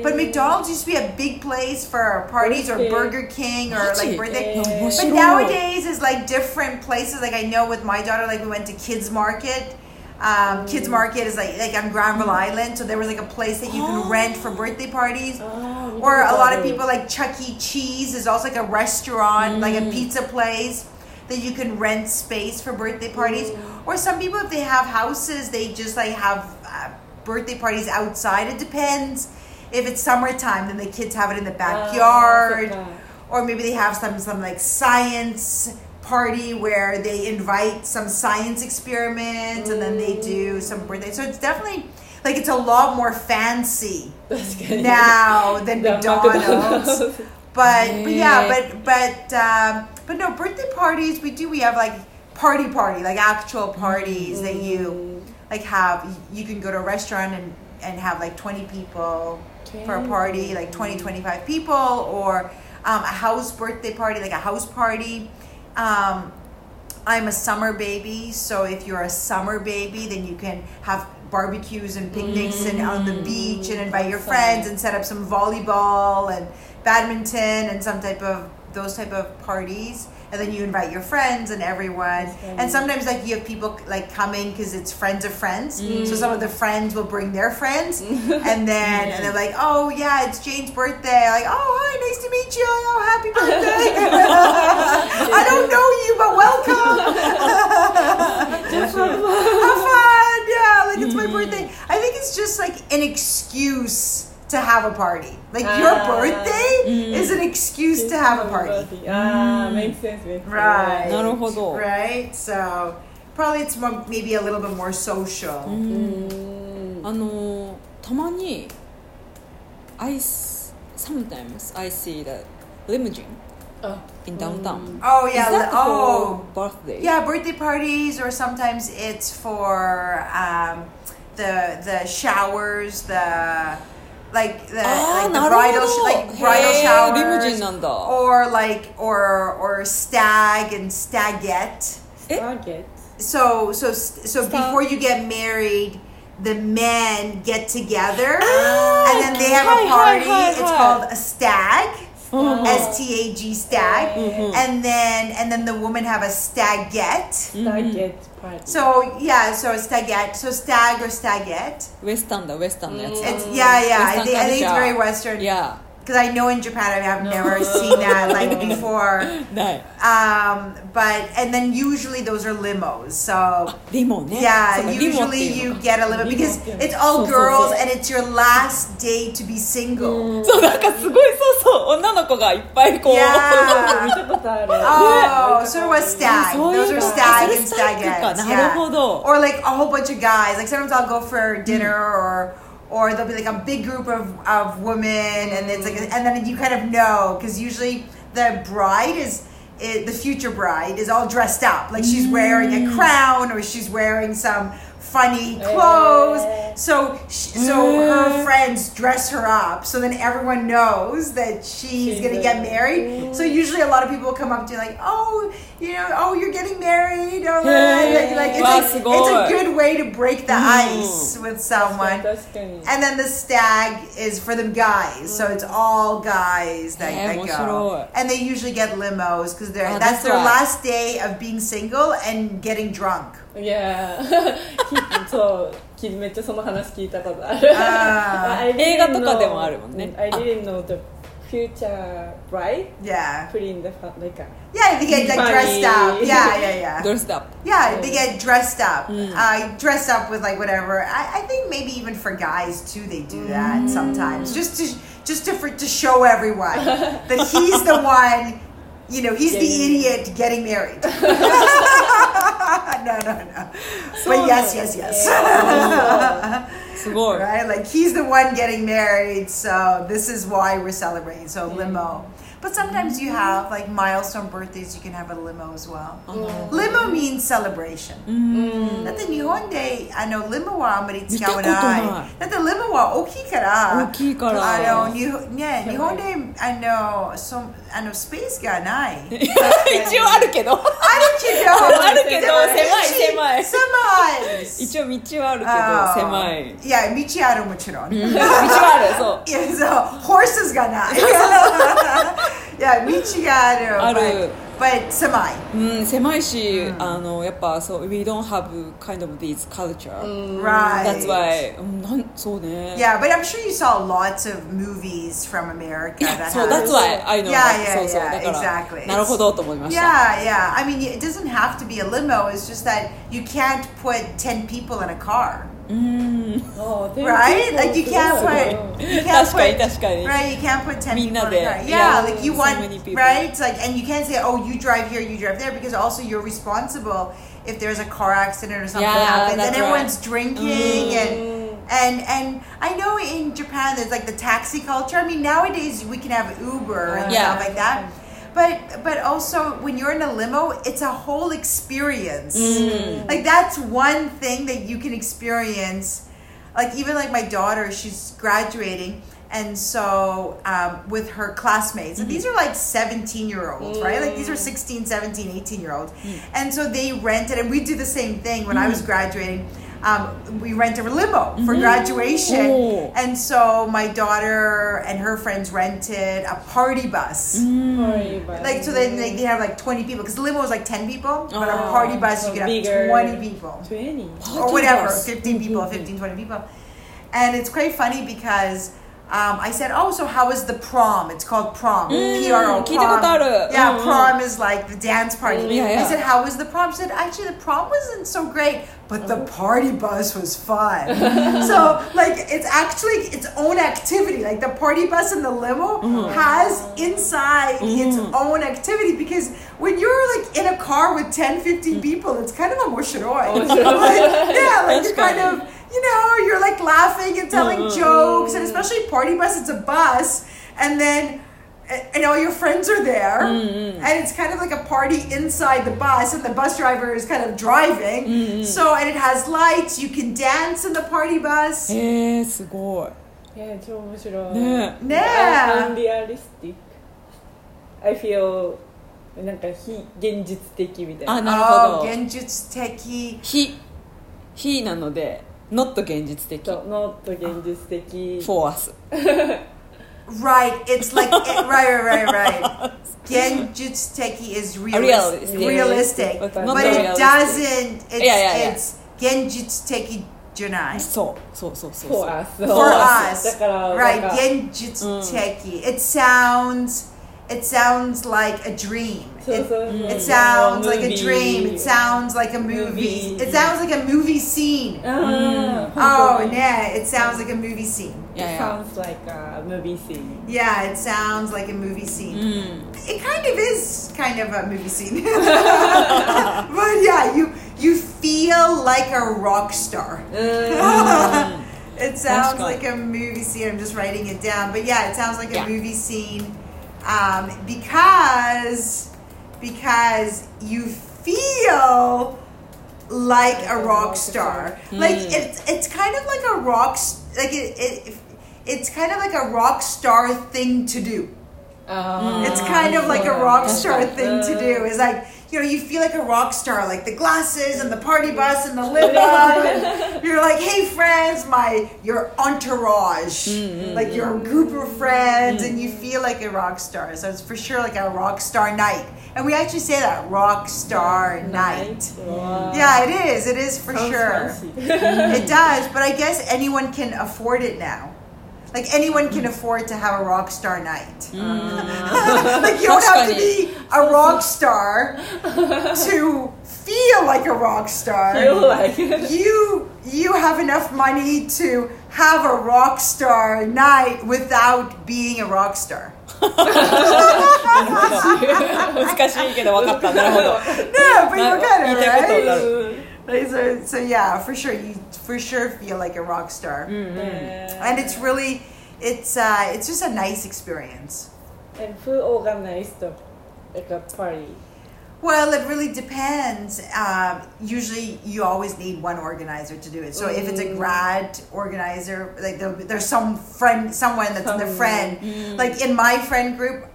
Speaker 1: But McDonald's used to be a big place for parties or
Speaker 3: Birthday.
Speaker 1: Burger King or like
Speaker 2: Magic.
Speaker 1: birthday.
Speaker 3: Yeah.
Speaker 2: 面
Speaker 1: But
Speaker 2: 白い
Speaker 1: nowadays is like different places. Like I know with my daughter, like we went to kids market. Um, Kids market is like like on Granville Island, so there was like a place that you can rent for birthday parties.
Speaker 3: Ah, we
Speaker 1: Or
Speaker 3: did
Speaker 1: a lot of
Speaker 3: that.
Speaker 1: people like Chuck E. Cheese is also like a restaurant, like a pizza place that you can rent space for birthday parties. Or some people, if they have houses, they just like have uh, birthday parties outside. It depends. If it's summertime, then the kids have it in the backyard
Speaker 3: okay.
Speaker 1: or maybe they have some some like science party where they invite some science experiments and then they do some birthday. So it's definitely like it's a lot more fancy
Speaker 3: 確かに
Speaker 1: now than
Speaker 3: The
Speaker 1: McDonald's.
Speaker 3: McDonald's.
Speaker 1: But but yeah,
Speaker 2: Yeah.
Speaker 1: but but um, but no birthday parties we do we have like party party like actual parties that you like have you can go to a restaurant and and have like 20 people for a party like 20 25 people or um, a house birthday party like a house party um, i'm a summer baby so if you're a summer baby then you can have barbecues and picnics and on the beach and invite your friends and set up some volleyball and badminton and some type of those type of parties and then you invite your friends and everyone and sometimes like you have people like coming because it's friends of friends so some of the friends will bring their friends and then and they're like oh yeah it's jane's birthday like oh hi nice to meet you oh happy birthday i don't know you but welcome have fun. Yeah, like it's my birthday. I think it's just like an excuse to have a party. Like your
Speaker 3: Ah.
Speaker 1: birthday is an excuse to have a party. Mm.
Speaker 3: Ah, makes sense. Makes sense.
Speaker 1: Right.
Speaker 2: なるほど
Speaker 1: Right? So probably it's more, maybe a little bit more social.
Speaker 3: うん
Speaker 2: あのーたまに I s- sometimes I see the limousine
Speaker 3: あ
Speaker 2: in downtown
Speaker 1: Oh
Speaker 2: Is
Speaker 1: yeah. li-
Speaker 2: that
Speaker 1: oh.
Speaker 2: for birthday?
Speaker 1: Yeah, birthday parties, or sometimes it's for um, the the showers, the like the like
Speaker 2: あー
Speaker 1: the
Speaker 2: なる
Speaker 1: bridal
Speaker 2: ほ
Speaker 1: sh-
Speaker 2: ど
Speaker 1: like bridal
Speaker 2: へー
Speaker 1: showers,
Speaker 2: リムジンなんだ
Speaker 1: or like or or stag and stagette.
Speaker 2: Eh?
Speaker 3: Target.
Speaker 1: So so st- so
Speaker 2: Stag-
Speaker 1: before you get married. The men get together
Speaker 2: Ah,
Speaker 1: and then they have a
Speaker 2: hi, hi,
Speaker 1: party.
Speaker 2: hi,
Speaker 1: it's
Speaker 2: hi.
Speaker 1: called a stag.
Speaker 2: Mhm.
Speaker 1: S T A G stag,
Speaker 2: Mhm.
Speaker 1: and then and then the women have a stagette.
Speaker 3: Target party.
Speaker 1: So yeah, so a stagette, so stag or stagette.
Speaker 2: ウエスタンだウエスタンのやつ
Speaker 1: It's yeah, yeah. I
Speaker 2: Western
Speaker 1: think, I think it's
Speaker 2: culture.
Speaker 1: very Western
Speaker 2: いや
Speaker 1: because I know in Japan I have never seen that like before.
Speaker 2: ない
Speaker 1: Um, but and then usually those are limos. So
Speaker 2: リモね
Speaker 1: yeah,
Speaker 2: そうかリモってい
Speaker 1: usually
Speaker 2: うの
Speaker 1: you get a limo because
Speaker 3: Limo, yeah.
Speaker 1: it's all
Speaker 2: So, so,
Speaker 1: girls
Speaker 2: so.
Speaker 1: and it's your last day to be single.
Speaker 2: そうなんかすごいそうそう女の子がいっぱいこう
Speaker 1: Yeah.
Speaker 3: 見たことある。
Speaker 1: Oh,
Speaker 3: ね
Speaker 1: so it was
Speaker 2: あ
Speaker 1: stag.
Speaker 2: そう
Speaker 1: Those
Speaker 2: いう
Speaker 1: are
Speaker 2: こと
Speaker 1: stag
Speaker 2: あそ
Speaker 1: and
Speaker 2: れスタッ
Speaker 1: stagettes.
Speaker 2: グか
Speaker 1: yeah.
Speaker 2: なるほど
Speaker 1: Or like a whole bunch of guys. Like sometimes I'll go for dinner or or there'll be like a big group of, of women and it's like and then you kind of know because usually the bride is i the future bride is all dressed up like she's wearing a crown or she's wearing some funny clothes
Speaker 3: Eh.
Speaker 1: so sh so her friends dress her up so then everyone knows that she's
Speaker 3: She's
Speaker 1: gonna
Speaker 3: a-
Speaker 1: get married so usually a lot of people come up to you like oh you know oh you're getting married oh like, like, it's,
Speaker 2: Wow,
Speaker 1: like, it's a
Speaker 2: sugoi.
Speaker 1: good way to break the
Speaker 2: Mm.
Speaker 1: ice with
Speaker 3: 確か
Speaker 1: someone
Speaker 3: に確かに。
Speaker 1: and then the stag is for the guys so it's all guys that,
Speaker 2: Yeah,
Speaker 1: that go
Speaker 2: moshiroi.
Speaker 1: and they usually get limos because they're
Speaker 2: Oh,
Speaker 1: that's
Speaker 2: that's
Speaker 1: their
Speaker 2: right.
Speaker 1: last day of being single and getting drunk
Speaker 3: Yeah. きそうきめっちゃその話聞いたことある。
Speaker 1: あ
Speaker 3: I didn't
Speaker 2: 映画とかでもあるもんね
Speaker 3: know- I didn't know the future bride
Speaker 1: Yeah.
Speaker 3: put in the fa- like a
Speaker 1: Yeah, they get like, dressed up.
Speaker 3: Funny.
Speaker 1: Yeah, yeah, yeah.
Speaker 2: dressed up.
Speaker 3: Oh.
Speaker 1: Yeah, they get dressed up.
Speaker 3: Hmm.
Speaker 1: Uh, dressed up with like whatever. I, I think maybe even for guys too, they do that
Speaker 3: Hmm.
Speaker 1: sometimes, just to just to for, to show everyone that he's the one. You know, he's the
Speaker 3: Getting-
Speaker 1: idiot getting married. no, no, no. but yes, yes, yes.
Speaker 3: Yeah.
Speaker 2: すごい。
Speaker 1: right? Like he's the one getting married, so this is why we're celebrating. So limo. But sometimes you have like milestone birthdays, you can have a limo as well. Mm-hmm. Limo means celebration. だって日本であのリムはあんまり使わ
Speaker 2: 見たこと
Speaker 1: な
Speaker 2: ない
Speaker 1: いだってリムは大きいから
Speaker 2: 大きいから
Speaker 1: あのにね日本であのそあのスペースがないある けど
Speaker 2: 一応ある けど。
Speaker 1: あ
Speaker 2: るけど狭い狭い
Speaker 1: 狭い
Speaker 2: 一応道
Speaker 1: あ
Speaker 2: は
Speaker 1: ー
Speaker 2: あるけど、狭い。
Speaker 1: いや道あるもちろんい
Speaker 2: 道はある、そう。
Speaker 1: やそう horses がないい や道がある
Speaker 2: ある
Speaker 1: but but 狭い
Speaker 2: うん、狭いし、あのやっぱそう we don't have kind of this culture、
Speaker 1: right
Speaker 2: Mm, that's why うんなんそうね
Speaker 1: Yeah, but I'm sure you saw lots of movies from America. That
Speaker 2: そう
Speaker 1: have-
Speaker 2: that's why I know
Speaker 1: Yeah, yeah,
Speaker 2: そうそう
Speaker 1: yeah,
Speaker 2: だから、
Speaker 1: exactly.
Speaker 2: なるほどと思いました
Speaker 1: Yeah, yeah. I mean, it doesn't have to be a limo. It's just that you can't put ten people in a car,
Speaker 2: うん
Speaker 3: oh, thank
Speaker 1: right?
Speaker 3: you.
Speaker 1: Like you can't put, you can't
Speaker 2: 確かに
Speaker 1: put,
Speaker 2: 確かに、
Speaker 1: right? You can't put ten
Speaker 2: みん
Speaker 1: people in
Speaker 2: な
Speaker 1: a car. Yeah,
Speaker 2: で Yeah,
Speaker 1: like you
Speaker 2: so
Speaker 1: want,
Speaker 2: many people.
Speaker 1: right? It's Like, and you can't say, oh, you drive here, you drive there, because also you're responsible if there's a car accident or something
Speaker 2: Yeah,
Speaker 1: happens, and
Speaker 2: that's right. Mm.
Speaker 1: everyone's drinking and. And and I know in Japan there's like the taxi culture. I mean nowadays we can have Uber and
Speaker 2: Yeah.
Speaker 1: stuff like that. But but also when you're in a limo, it's a whole experience. Like that's one thing that you can experience. Like even like my daughter, she's graduating. And so um, with her classmates, and these are like 17 year olds, right? Like these are 16, 17, 18 year olds. And so they rented, and we did the same thing when I was graduating. Um, we rented a limo for graduation.
Speaker 2: Oh.
Speaker 1: And so my daughter and her friends rented a party bus.
Speaker 2: Mm.
Speaker 3: Sorry, but-
Speaker 1: Like so then they, they have like 20 people because limo is like 10 people, but a
Speaker 2: Oh,
Speaker 1: party bus
Speaker 3: so
Speaker 1: you could
Speaker 3: bigger.
Speaker 1: have 20 people
Speaker 3: twenty.
Speaker 1: or whatever,
Speaker 2: Party bus. Mm-hmm.
Speaker 1: 15 people, 15, 20 people. And it's quite funny because um, I said, oh, so how was the prom? It's called prom.
Speaker 2: Mm,
Speaker 1: P-R-O,
Speaker 2: 聞いたことある。
Speaker 1: prom. Yeah,
Speaker 2: うんうん。
Speaker 1: prom is like the dance party.
Speaker 2: Mm, Yeah, yeah.
Speaker 1: I said, how was the prom? She said, actually, the prom wasn't so great, but the
Speaker 2: Uh-huh.
Speaker 1: party bus was fun. so, like, it's actually its own activity. Like, the party bus and the limo
Speaker 2: Mm-hmm.
Speaker 1: has inside its own activity because when you're, like, in a car with 10, 15
Speaker 2: Mm.
Speaker 1: people, it's kind of emotional. Like, yeah, like, you're kind
Speaker 2: Oh, That's
Speaker 1: of you know, you're like laughing and telling
Speaker 2: Mm.
Speaker 1: jokes, and especially party bus, it's a bus, and then a- and all your friends are there, and it's kind of like a party inside the bus, and the bus driver is kind of driving. So and it has lights, you can dance in the party bus.
Speaker 2: へえー、すご
Speaker 3: Yeah, 超面白い。
Speaker 2: ね
Speaker 1: ね
Speaker 3: Un- Unrealistic. I feel なんか非現実的みたい
Speaker 2: い
Speaker 3: な。
Speaker 2: あなるほ
Speaker 1: Oh,
Speaker 2: ど
Speaker 1: genjutsu
Speaker 2: 非非なので not 現実的
Speaker 3: そう、ノット現実的。
Speaker 2: for us
Speaker 1: Right, it's like it, right, right, right, right. Genjutsu is realis-
Speaker 2: Realistic.
Speaker 1: realistic,
Speaker 2: But
Speaker 1: but,
Speaker 2: not
Speaker 1: it
Speaker 2: realistic.
Speaker 1: doesn't. It's,
Speaker 2: Yeah, yeah, yeah.
Speaker 1: it's genjutsu teki janai.
Speaker 2: そうそうそうそうそう
Speaker 3: for us.
Speaker 2: Oh.
Speaker 1: For
Speaker 3: us.
Speaker 1: us,
Speaker 3: だから、
Speaker 1: right?
Speaker 3: なんか
Speaker 1: Genjutsu
Speaker 2: Mm.
Speaker 1: It sounds, it sounds like a dream.
Speaker 3: そう
Speaker 1: It,
Speaker 3: そう
Speaker 2: Mm.
Speaker 1: it sounds like a
Speaker 3: ムービー
Speaker 1: dream. It sounds like a movie.
Speaker 3: Movie.
Speaker 1: It sounds like a movie scene.
Speaker 3: うん
Speaker 1: Oh, yeah, it sounds like a movie scene.
Speaker 2: いやい
Speaker 3: It
Speaker 2: や
Speaker 3: sounds like a movie scene.
Speaker 1: Yeah, it sounds like a movie scene.
Speaker 2: うん
Speaker 1: It kind of is kind of a movie scene. but yeah, you you feel like a rock star. it sounds
Speaker 2: That's
Speaker 1: like a movie scene. I'm just writing it down. But yeah, it sounds like a
Speaker 2: Yeah.
Speaker 1: movie scene um, because because you feel like a rock star. Like it's it's kind of like a rock s- like it, it it's kind of like a rock star thing to do. It's kind of like a rock star thing to do. It's like, you know, you feel like a rock star, like the glasses and the party bus and the limo. and you're like, hey, friends, my your entourage, like your group of friends, and you feel like a rock star. So it's for sure like a rock star night. And we actually say that rock star night. Yeah, it is. It is for sure.
Speaker 3: Sounds fancy.
Speaker 1: It does, but I guess anyone can afford it now. Like anyone can afford to have a rock star night.
Speaker 2: うん
Speaker 1: like you don't have to
Speaker 2: Actually.
Speaker 1: be a rock star to feel like a rock star.
Speaker 3: Feel like.
Speaker 1: you you have enough money to have a rock star night without being a rock star.
Speaker 2: 難しいけど分かったなるほど
Speaker 1: No, but you get it,
Speaker 2: 言いたいこと
Speaker 1: right?
Speaker 2: がある
Speaker 1: Like, So, so yeah, for sure, you for sure feel like a rock star, and it's really, it's uh, it's just a nice experience.
Speaker 3: And who organized the like a party?
Speaker 1: Well, it really depends. Um, usually, you always need one organizer to do it. So if it's a grad organizer, like there'll be, there's some friend, someone that's in their
Speaker 3: Someone.
Speaker 1: friend. Like in my friend group,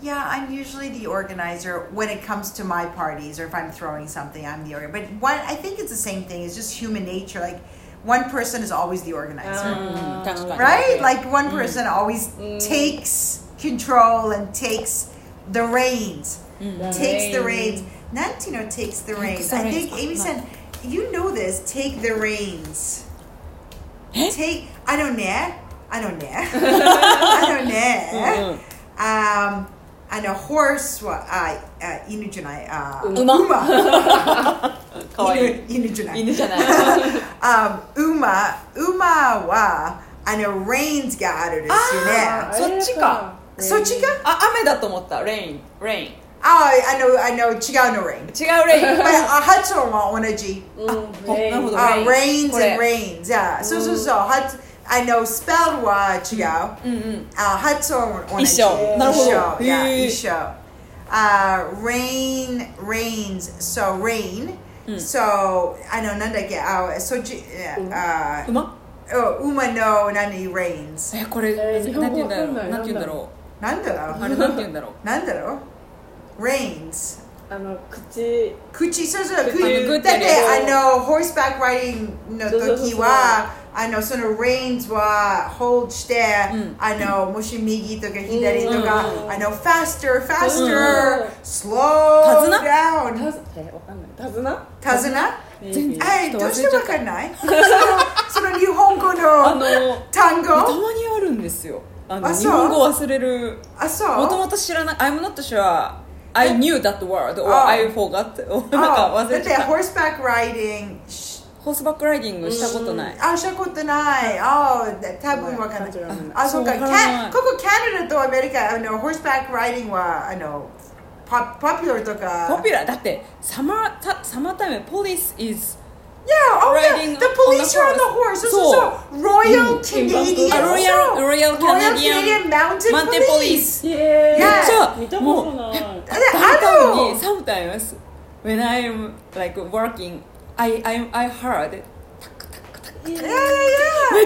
Speaker 1: yeah, I'm usually the organizer when it comes to my parties, or if I'm throwing something, I'm the organizer. But one, I think it's the same thing. It's just human nature. Like one person is always the organizer,
Speaker 3: Ah,
Speaker 2: 確かに
Speaker 1: right? Mm-hmm.
Speaker 3: yeah.
Speaker 1: Like one person always
Speaker 3: Mm.
Speaker 1: takes control and takes the reins takes the reins. Nantino takes the reins.
Speaker 2: the
Speaker 1: I
Speaker 2: reins.
Speaker 1: think Amy said, you know this, take the reins.
Speaker 2: Eh?
Speaker 1: Take, I don't know, I don't know, I don't
Speaker 2: うんうん
Speaker 1: know. Um, and a horse, wa- uh, uh, inu junai, uh,
Speaker 2: Uma.
Speaker 1: Uma.
Speaker 2: かわいい
Speaker 1: Inu- inu junai.
Speaker 2: 犬じゃない
Speaker 1: um, Uma, Uma wa, and a reins ga aru desu
Speaker 2: Ah.
Speaker 1: ne.
Speaker 2: そっちか。
Speaker 1: Sochi ga?
Speaker 2: あ雨だと思ったレインレイン
Speaker 1: Oh, I know, I know, chigau no rain.
Speaker 2: 違うレイン
Speaker 1: But uh, hatsu wa onaji.
Speaker 2: ほなるほど
Speaker 3: あ、なる
Speaker 1: Uh,
Speaker 3: ほど。
Speaker 2: Rain.
Speaker 1: rains and
Speaker 2: これ。
Speaker 1: rains, yeah. So, so, so. Hat, I know spelled wa chigao.
Speaker 2: うんうん
Speaker 1: Uh, hatsu or
Speaker 2: 一緒。
Speaker 3: なるほど。
Speaker 1: yeah,
Speaker 2: へー。
Speaker 1: isho. Uh, rain, rains, so rain. So, I know, nanda ge, uh, so, ji- uh,
Speaker 2: うま
Speaker 1: uh, uma no nani rains.
Speaker 2: えこれ
Speaker 3: え
Speaker 2: なん
Speaker 3: ー
Speaker 2: て
Speaker 3: 日
Speaker 2: 言う
Speaker 3: 本語
Speaker 2: んだろう
Speaker 3: わ
Speaker 2: な
Speaker 3: かんない
Speaker 2: んて言うんだ
Speaker 1: Nandaro?
Speaker 2: ろうあれなんて言うんだろう
Speaker 1: Nandaro? Rains.
Speaker 3: あの、口。
Speaker 1: Kuchi, so, so,
Speaker 2: 口
Speaker 1: kuchi.
Speaker 2: グッて
Speaker 1: That
Speaker 2: ね
Speaker 1: day, I know horseback riding no
Speaker 3: そうそうそうそう
Speaker 1: toki wa, I know その reins は hold して、
Speaker 2: ん
Speaker 1: I know もし右とか左と
Speaker 3: うんうんう
Speaker 1: か、
Speaker 3: ん
Speaker 1: I know faster,
Speaker 3: うんう
Speaker 1: faster,
Speaker 3: ん
Speaker 2: 手
Speaker 1: slow
Speaker 2: 綱
Speaker 1: down.
Speaker 3: たず、え、わかんない。たずな
Speaker 1: 手綱
Speaker 2: 全然
Speaker 1: はい、
Speaker 2: ちょ
Speaker 1: ど
Speaker 2: っと
Speaker 1: うして
Speaker 2: 忘れちゃ
Speaker 1: わ
Speaker 2: った
Speaker 1: かんないそのその日本語
Speaker 2: あ
Speaker 1: の
Speaker 2: の
Speaker 1: 単
Speaker 2: たま
Speaker 1: 語
Speaker 2: にあるんですよあの
Speaker 1: あ
Speaker 2: 日
Speaker 1: そう
Speaker 2: 本語忘れる
Speaker 1: あ、そう
Speaker 2: もともと知らない I'm not sure I knew that word or
Speaker 1: あ
Speaker 2: I forgot なんか
Speaker 1: あ
Speaker 2: 忘
Speaker 1: だ
Speaker 2: れ
Speaker 1: っ
Speaker 2: ち
Speaker 1: て
Speaker 2: ゃった
Speaker 1: horseback riding し
Speaker 2: ホースバックライディングしたことない
Speaker 1: あ、したことない。あ、多分わかんない。あ、そうか。
Speaker 2: そうわからない
Speaker 1: かここカナダとアメリカ、あの、ホースバックライディングは、あの、ポポピュラーとか。
Speaker 2: ポピュラーだってサマータサマータイム police is
Speaker 1: Yeah, oh yeah.
Speaker 2: riding
Speaker 1: The police are on the
Speaker 2: on the
Speaker 1: horse. mm, そうそう
Speaker 2: そう
Speaker 1: そう。Royal
Speaker 3: うん
Speaker 1: Canadian.
Speaker 2: あ Royal
Speaker 1: そう Royal
Speaker 2: Royal Canadian
Speaker 1: Canadian Mountain
Speaker 2: Mountain
Speaker 1: Police.
Speaker 2: Police
Speaker 3: イエーイ
Speaker 2: めっちゃ
Speaker 3: 見た
Speaker 2: も
Speaker 3: こと
Speaker 2: う
Speaker 3: ない
Speaker 1: あ
Speaker 2: ダウンタウンに
Speaker 1: の
Speaker 2: sometimes when I'm like working I I I heard タクタクタク
Speaker 1: Yeah, yeah,
Speaker 2: めっ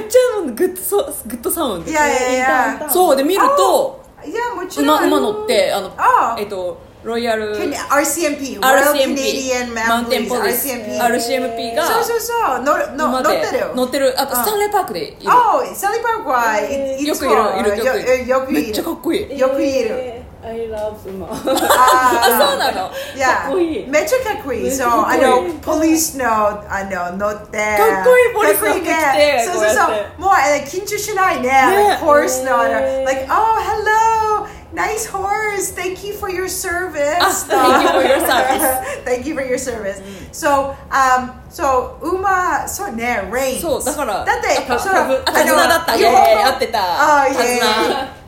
Speaker 2: ちゃグッドソグッドサウンド
Speaker 1: yeah. Yeah, yeah,
Speaker 3: いい
Speaker 1: yeah.
Speaker 2: そうで見ると
Speaker 1: Yeah, もちろ
Speaker 2: 馬
Speaker 1: ん。
Speaker 2: 馬乗ってあの
Speaker 1: あ
Speaker 2: えっとロイヤル
Speaker 1: Oh, Can- RCMP. Royal Canadian
Speaker 2: RCMP マウン
Speaker 1: Mountain
Speaker 2: テン
Speaker 1: Police.
Speaker 2: ポリス
Speaker 1: RCMP.
Speaker 2: RCMP が
Speaker 1: そうそうそう。乗る乗
Speaker 2: 馬
Speaker 1: 乗っ
Speaker 2: で
Speaker 1: てるよ。
Speaker 2: 乗ってるあと
Speaker 1: うん
Speaker 2: スタンレーパークでいる
Speaker 1: ああ、サリバーは、いい
Speaker 2: よく
Speaker 1: つ
Speaker 2: い
Speaker 1: も
Speaker 2: るいるよくいる
Speaker 1: よよく
Speaker 2: め
Speaker 1: い
Speaker 2: っちゃ
Speaker 1: る
Speaker 2: か。っこいい
Speaker 1: よく言える。
Speaker 3: I love 馬
Speaker 2: あそう
Speaker 1: あ
Speaker 2: なの
Speaker 1: いや
Speaker 3: かっこいい
Speaker 1: めっちゃかっこいい。そう、
Speaker 3: めっちゃか
Speaker 1: あ
Speaker 3: っこいい
Speaker 1: の、ポリスの、あの、乗って。
Speaker 2: かっこいいポリス
Speaker 1: かっこいいね
Speaker 2: が来て
Speaker 1: そうそうそ
Speaker 2: こうや
Speaker 1: う。もう、あの緊張しないね。ホースの、あの、like, oh, hello, nice horse, thank you for your service.
Speaker 2: あ Ah, Thank you for
Speaker 1: Thank you for
Speaker 2: your service Mm.
Speaker 1: your service. So, um, so, 馬、そうね、rain.
Speaker 2: そうだから
Speaker 1: だって
Speaker 2: あ
Speaker 1: その
Speaker 2: 手綱だった
Speaker 1: あの日
Speaker 2: イエーイ
Speaker 1: 本語
Speaker 2: 合ってた
Speaker 1: あ
Speaker 2: 手綱
Speaker 1: いえいえ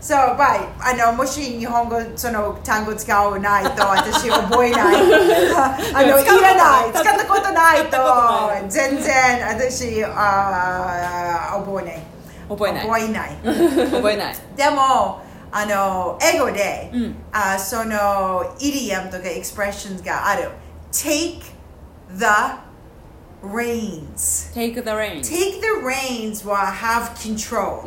Speaker 1: そうバイあのもし日本語その単語使わないと私覚えない あのい
Speaker 2: 使うことない
Speaker 1: らない使ったことない
Speaker 2: 使ったことな
Speaker 1: と全然私あー覚えない
Speaker 2: 覚えない
Speaker 1: 覚えない
Speaker 2: 覚えない
Speaker 1: でもあの英語で、
Speaker 2: うん
Speaker 1: あそのイディアムとかエクスプレッションがある Take the reins
Speaker 2: Take the rain
Speaker 1: take the reins while I have control.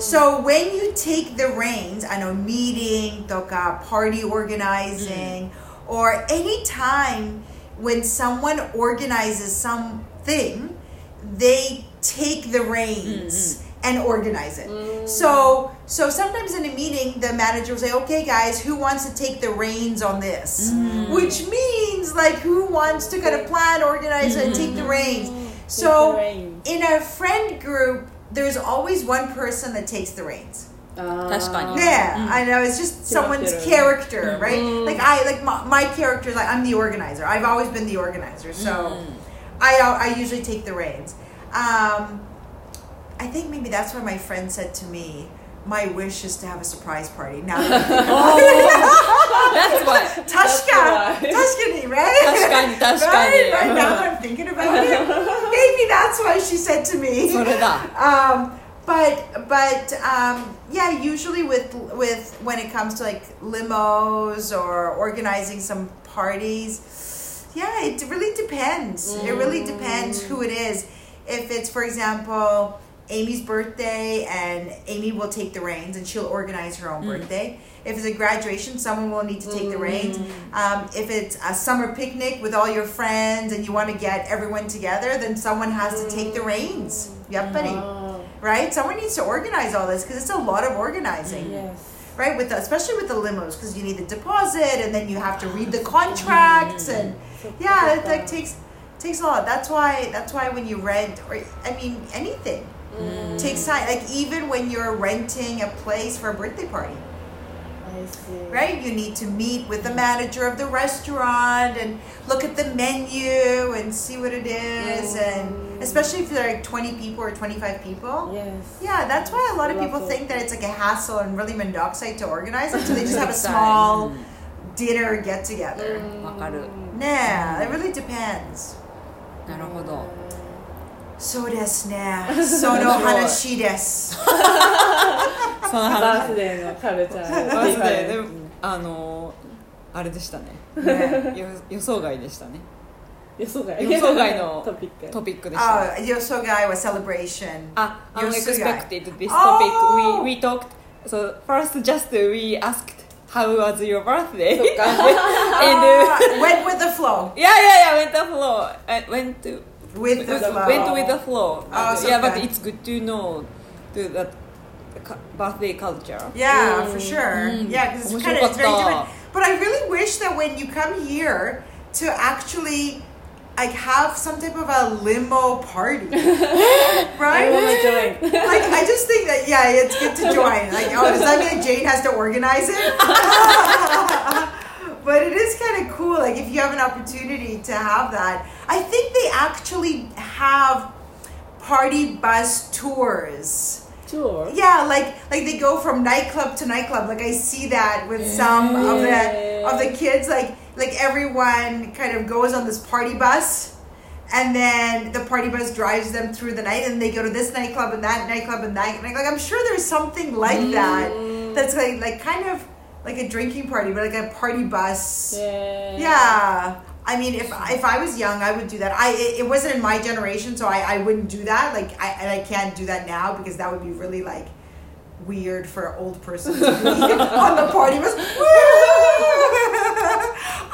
Speaker 1: So when you take the reins, I know meeting, toka, party organizing, or any time when someone organizes something, they take the reins and organize it. So so sometimes in a meeting, the manager will say, "Okay, guys, who wants to take the reins on this?" Which means like who wants to kind of plan, organize, and take the reins. So
Speaker 3: reins.
Speaker 1: in a friend group there's always one person that takes the reins.
Speaker 2: 確
Speaker 3: Oh.
Speaker 2: かに
Speaker 1: Yeah, I know. It's just someone's
Speaker 3: Character.
Speaker 1: character, right? Like I, like my, my character, like I'm the organizer. I've always been the organizer, so I, I usually take the reins. Um, I think maybe that's why my friend said to me, "My wish is to have a surprise party." Now,
Speaker 2: That's Oh. why
Speaker 1: Tashka,
Speaker 3: why.
Speaker 1: Tashkani, right?
Speaker 2: Tashkani, Tashkani.
Speaker 1: right, right now I'm thinking about it. Maybe that's why she said to me.
Speaker 2: それだ
Speaker 1: um, but but um, yeah, usually with with when it comes to like limos or organizing some parties, yeah, it really depends. It really depends who it is. If it's, for example, Amy's birthday, and Amy will take the reins and she'll organize her own birthday. If it's a graduation, someone will need to take the reins. Um, if it's a summer picnic with all your friends and you want to get everyone together, then someone has to take the reins. Yep, buddy. Right? Someone needs to organize all this because it's a lot of organizing,
Speaker 3: Yes.
Speaker 1: right? With the, especially with the limos because you need the deposit and then you have to read the contracts and
Speaker 3: So
Speaker 1: yeah, it
Speaker 3: people-
Speaker 1: like takes takes a lot. That's why that's why when you rent or I mean anything takes time. Like even when you're renting a place for a birthday party,
Speaker 3: I see.
Speaker 1: right? You need to meet with the manager of the restaurant and look at the menu and see what it is, and especially if there are like 20 people or 25 people.
Speaker 3: Yes.
Speaker 1: Yeah, that's why a lot of
Speaker 3: Love
Speaker 1: people
Speaker 3: it.
Speaker 1: think that it's like a hassle and really mendoxite to organize it, so they just have a small dinner get together.
Speaker 2: わかる
Speaker 1: Nah, it really depends.
Speaker 2: なるほど
Speaker 1: そうですね。その話です。
Speaker 2: その
Speaker 3: バー
Speaker 2: 話
Speaker 3: スデーのカルチャー。
Speaker 2: バースデーであのあれでしたね
Speaker 1: ね
Speaker 2: よ予想外でしたね
Speaker 3: 予想外。
Speaker 2: 予想外の
Speaker 3: トピック。
Speaker 2: トピックでしたね
Speaker 1: Oh, Yosogai was celebration.
Speaker 2: Ah, unexpected this topic.
Speaker 1: Oh!
Speaker 2: We we talked. So first, just we asked how was your birthday,
Speaker 3: そっ
Speaker 2: and
Speaker 3: か。
Speaker 2: uh,
Speaker 1: Ah, went with the flow.
Speaker 2: yeah, yeah, yeah, went the flow. I went to
Speaker 1: With the flow.
Speaker 2: went with the flow.
Speaker 1: Oh, so
Speaker 2: yeah, but
Speaker 1: good.
Speaker 2: it's good to know to that cu- birthday culture.
Speaker 1: Yeah, for sure. Yeah, because it's kind of it's very
Speaker 2: 面白かった。
Speaker 1: different. But I really wish that when you come here to actually like have some type of a limo party,
Speaker 3: I
Speaker 1: right?
Speaker 3: wanna join.
Speaker 1: Like I just think that yeah, it's good to join. Like oh, does that mean that Jane has to organize it? but it is kind of cool. Like if you have an opportunity to have that, I think they actually have party bus tours.
Speaker 3: Tour.
Speaker 1: Yeah, like like they go from nightclub to nightclub. Like I see that with some of the of the kids. Like like everyone kind of goes on this party bus, and then the party bus drives them through the night, and they go to this nightclub and that nightclub and that. Like, like I'm sure there's something like that. That's like like kind of like a drinking party, but like a party bus.
Speaker 3: Yeah.
Speaker 1: Yeah. I mean, if if I was young, I would do that. I it, it wasn't in my generation, so I, I wouldn't do that. Like I and I can't do that now because that would be really like weird for an old person to be on the party bus.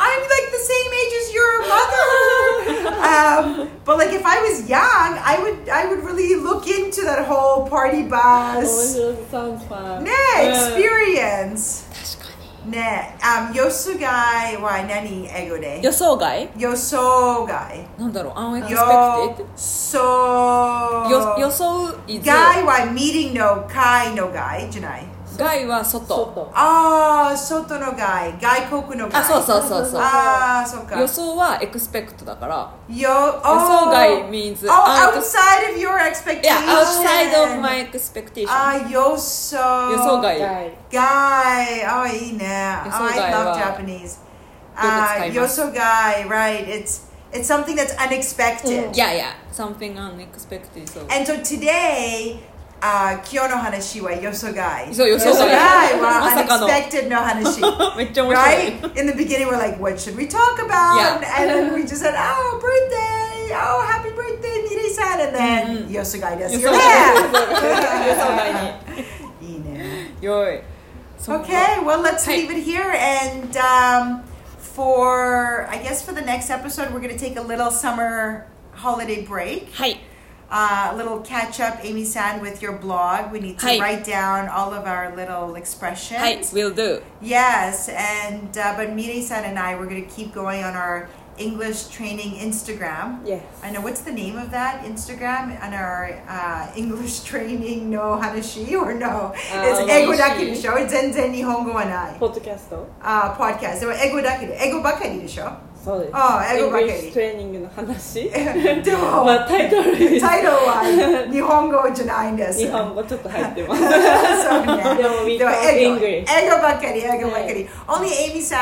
Speaker 1: I'm like the same age as your mother. Um, but like if I was young, I would I would really look into that whole party
Speaker 3: 面
Speaker 1: bus
Speaker 3: 白い。Sounds fun.
Speaker 1: ne experience.
Speaker 2: 確かに。
Speaker 1: Ne um yosugai wa nani ego de.
Speaker 2: 予想外？
Speaker 1: 予想外
Speaker 2: なんだろう unexpected。
Speaker 1: 予想
Speaker 2: よ予想 is
Speaker 1: 外は meeting の会の外じゃない
Speaker 2: 外は外。
Speaker 3: 外。
Speaker 1: ああ外の外外国の外
Speaker 2: あ、そうそうそうそう。
Speaker 1: ああそっか
Speaker 2: 予想は expect だから。
Speaker 1: よ予
Speaker 2: 予想外 means ah,
Speaker 1: oh, outside of your expectation Ah,
Speaker 2: Yeah, outside of my expectation.
Speaker 1: あー予想
Speaker 2: 予想外。
Speaker 3: 外。
Speaker 1: guy. Oh, I know.
Speaker 2: Yosogai
Speaker 1: Oh, I love
Speaker 2: wa-
Speaker 1: Japanese. Uh,
Speaker 2: Yokotsukaimasu.
Speaker 1: yosogai, right? It's it's something that's unexpected.
Speaker 2: Mm. Yeah, yeah. Something unexpected. So,
Speaker 1: And so today, uh, 今日の話は yosogai.
Speaker 2: そう予想外
Speaker 1: yosogai
Speaker 2: まさかの
Speaker 1: unexpected の話
Speaker 2: めっちゃ面白い。
Speaker 1: Right? In the beginning, we're like, what should we talk about?
Speaker 2: Yeah.
Speaker 1: And then we just said, oh, birthday. Oh, happy birthday, Mirai-san. And
Speaker 2: Mm-hmm.
Speaker 1: then yosogai です。
Speaker 2: yosogai。
Speaker 1: いいね。
Speaker 2: よい。そっか
Speaker 1: Okay, well, let's
Speaker 2: Hi.
Speaker 1: leave it here. And um, for, I guess, for the next episode, we're going to take a little summer holiday break,
Speaker 2: はい。
Speaker 1: uh, a little catch up, Amy San, with your blog. We need to
Speaker 2: Hi.
Speaker 1: write down all of our little expressions.
Speaker 2: はい。will do.
Speaker 1: Yes, and uh, but Miri San and I, we're going to keep going on our English training Instagram.
Speaker 3: Yes.
Speaker 1: I know what's the name of that Instagram and our uh, English training no Hanashi or no? It's
Speaker 3: Uh,
Speaker 1: Ego Dakiri
Speaker 3: Hanashi.
Speaker 1: Show. It's Zenzen Nihongo Anai
Speaker 3: ポッドキャスト
Speaker 1: uh, podcast. So Ego Dakiri, Ego Bakari でしょ
Speaker 3: そうです。
Speaker 1: ああ英語ばかり
Speaker 3: English トレーニングの話
Speaker 1: でも
Speaker 3: まあタイトルです
Speaker 1: タイトル は日本語じゃないんです。
Speaker 3: 日本語ちょっと入ってます。
Speaker 1: そう ね。
Speaker 3: でも we
Speaker 1: でも
Speaker 3: talk
Speaker 1: 英語
Speaker 3: English.
Speaker 1: 英語ばっかり、英語ばっかり。Only Amy さ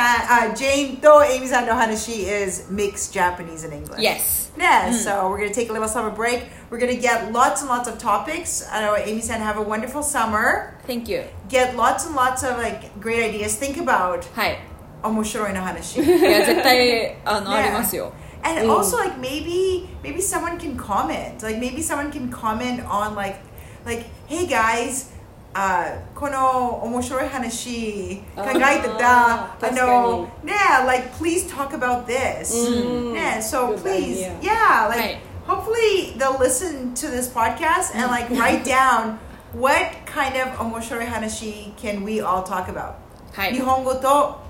Speaker 1: ん、あ、ジェーンと Amy さんの話 is mixed Japanese and English.
Speaker 2: Yes.
Speaker 1: Yeah,
Speaker 3: Hmm.
Speaker 1: so we're going to take a little summer break. We're going to get lots and lots of topics. I know Amy said have a wonderful summer.
Speaker 2: Thank you.
Speaker 1: Get lots and lots of like great ideas. Think about
Speaker 2: はい。
Speaker 1: 面白いの話.
Speaker 2: いや、絶対、あの、
Speaker 1: ね
Speaker 2: ありますよ。
Speaker 1: And
Speaker 3: Mm.
Speaker 1: also like maybe maybe someone can comment. Like maybe someone can comment on like like hey guys, uh
Speaker 3: Oh. あー、
Speaker 1: この面白い話考えてた。I know. Yeah, like please talk about this.
Speaker 3: うん。
Speaker 1: Yeah, so
Speaker 3: Mm. Good
Speaker 1: please.
Speaker 3: idea.
Speaker 1: Yeah, like
Speaker 2: はい。
Speaker 1: hopefully they'll listen to this podcast and like write down what kind of 面白い話 can we all talk about.
Speaker 2: はい。
Speaker 1: 日本語と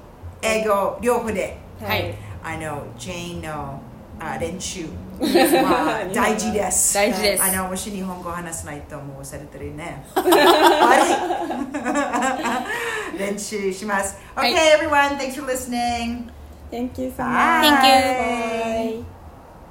Speaker 1: 英語両方で。
Speaker 2: はい。
Speaker 1: I know Jane no uh, あ練習
Speaker 3: 日本
Speaker 1: は
Speaker 3: 語
Speaker 1: 大事です
Speaker 2: 大事です
Speaker 1: あのもし日本語を話せないともうされてるね あれ練習します Okay
Speaker 2: はい
Speaker 1: everyone thanks for listening
Speaker 3: Thank you so much.
Speaker 1: Bye.
Speaker 2: Thank you.
Speaker 3: Bye.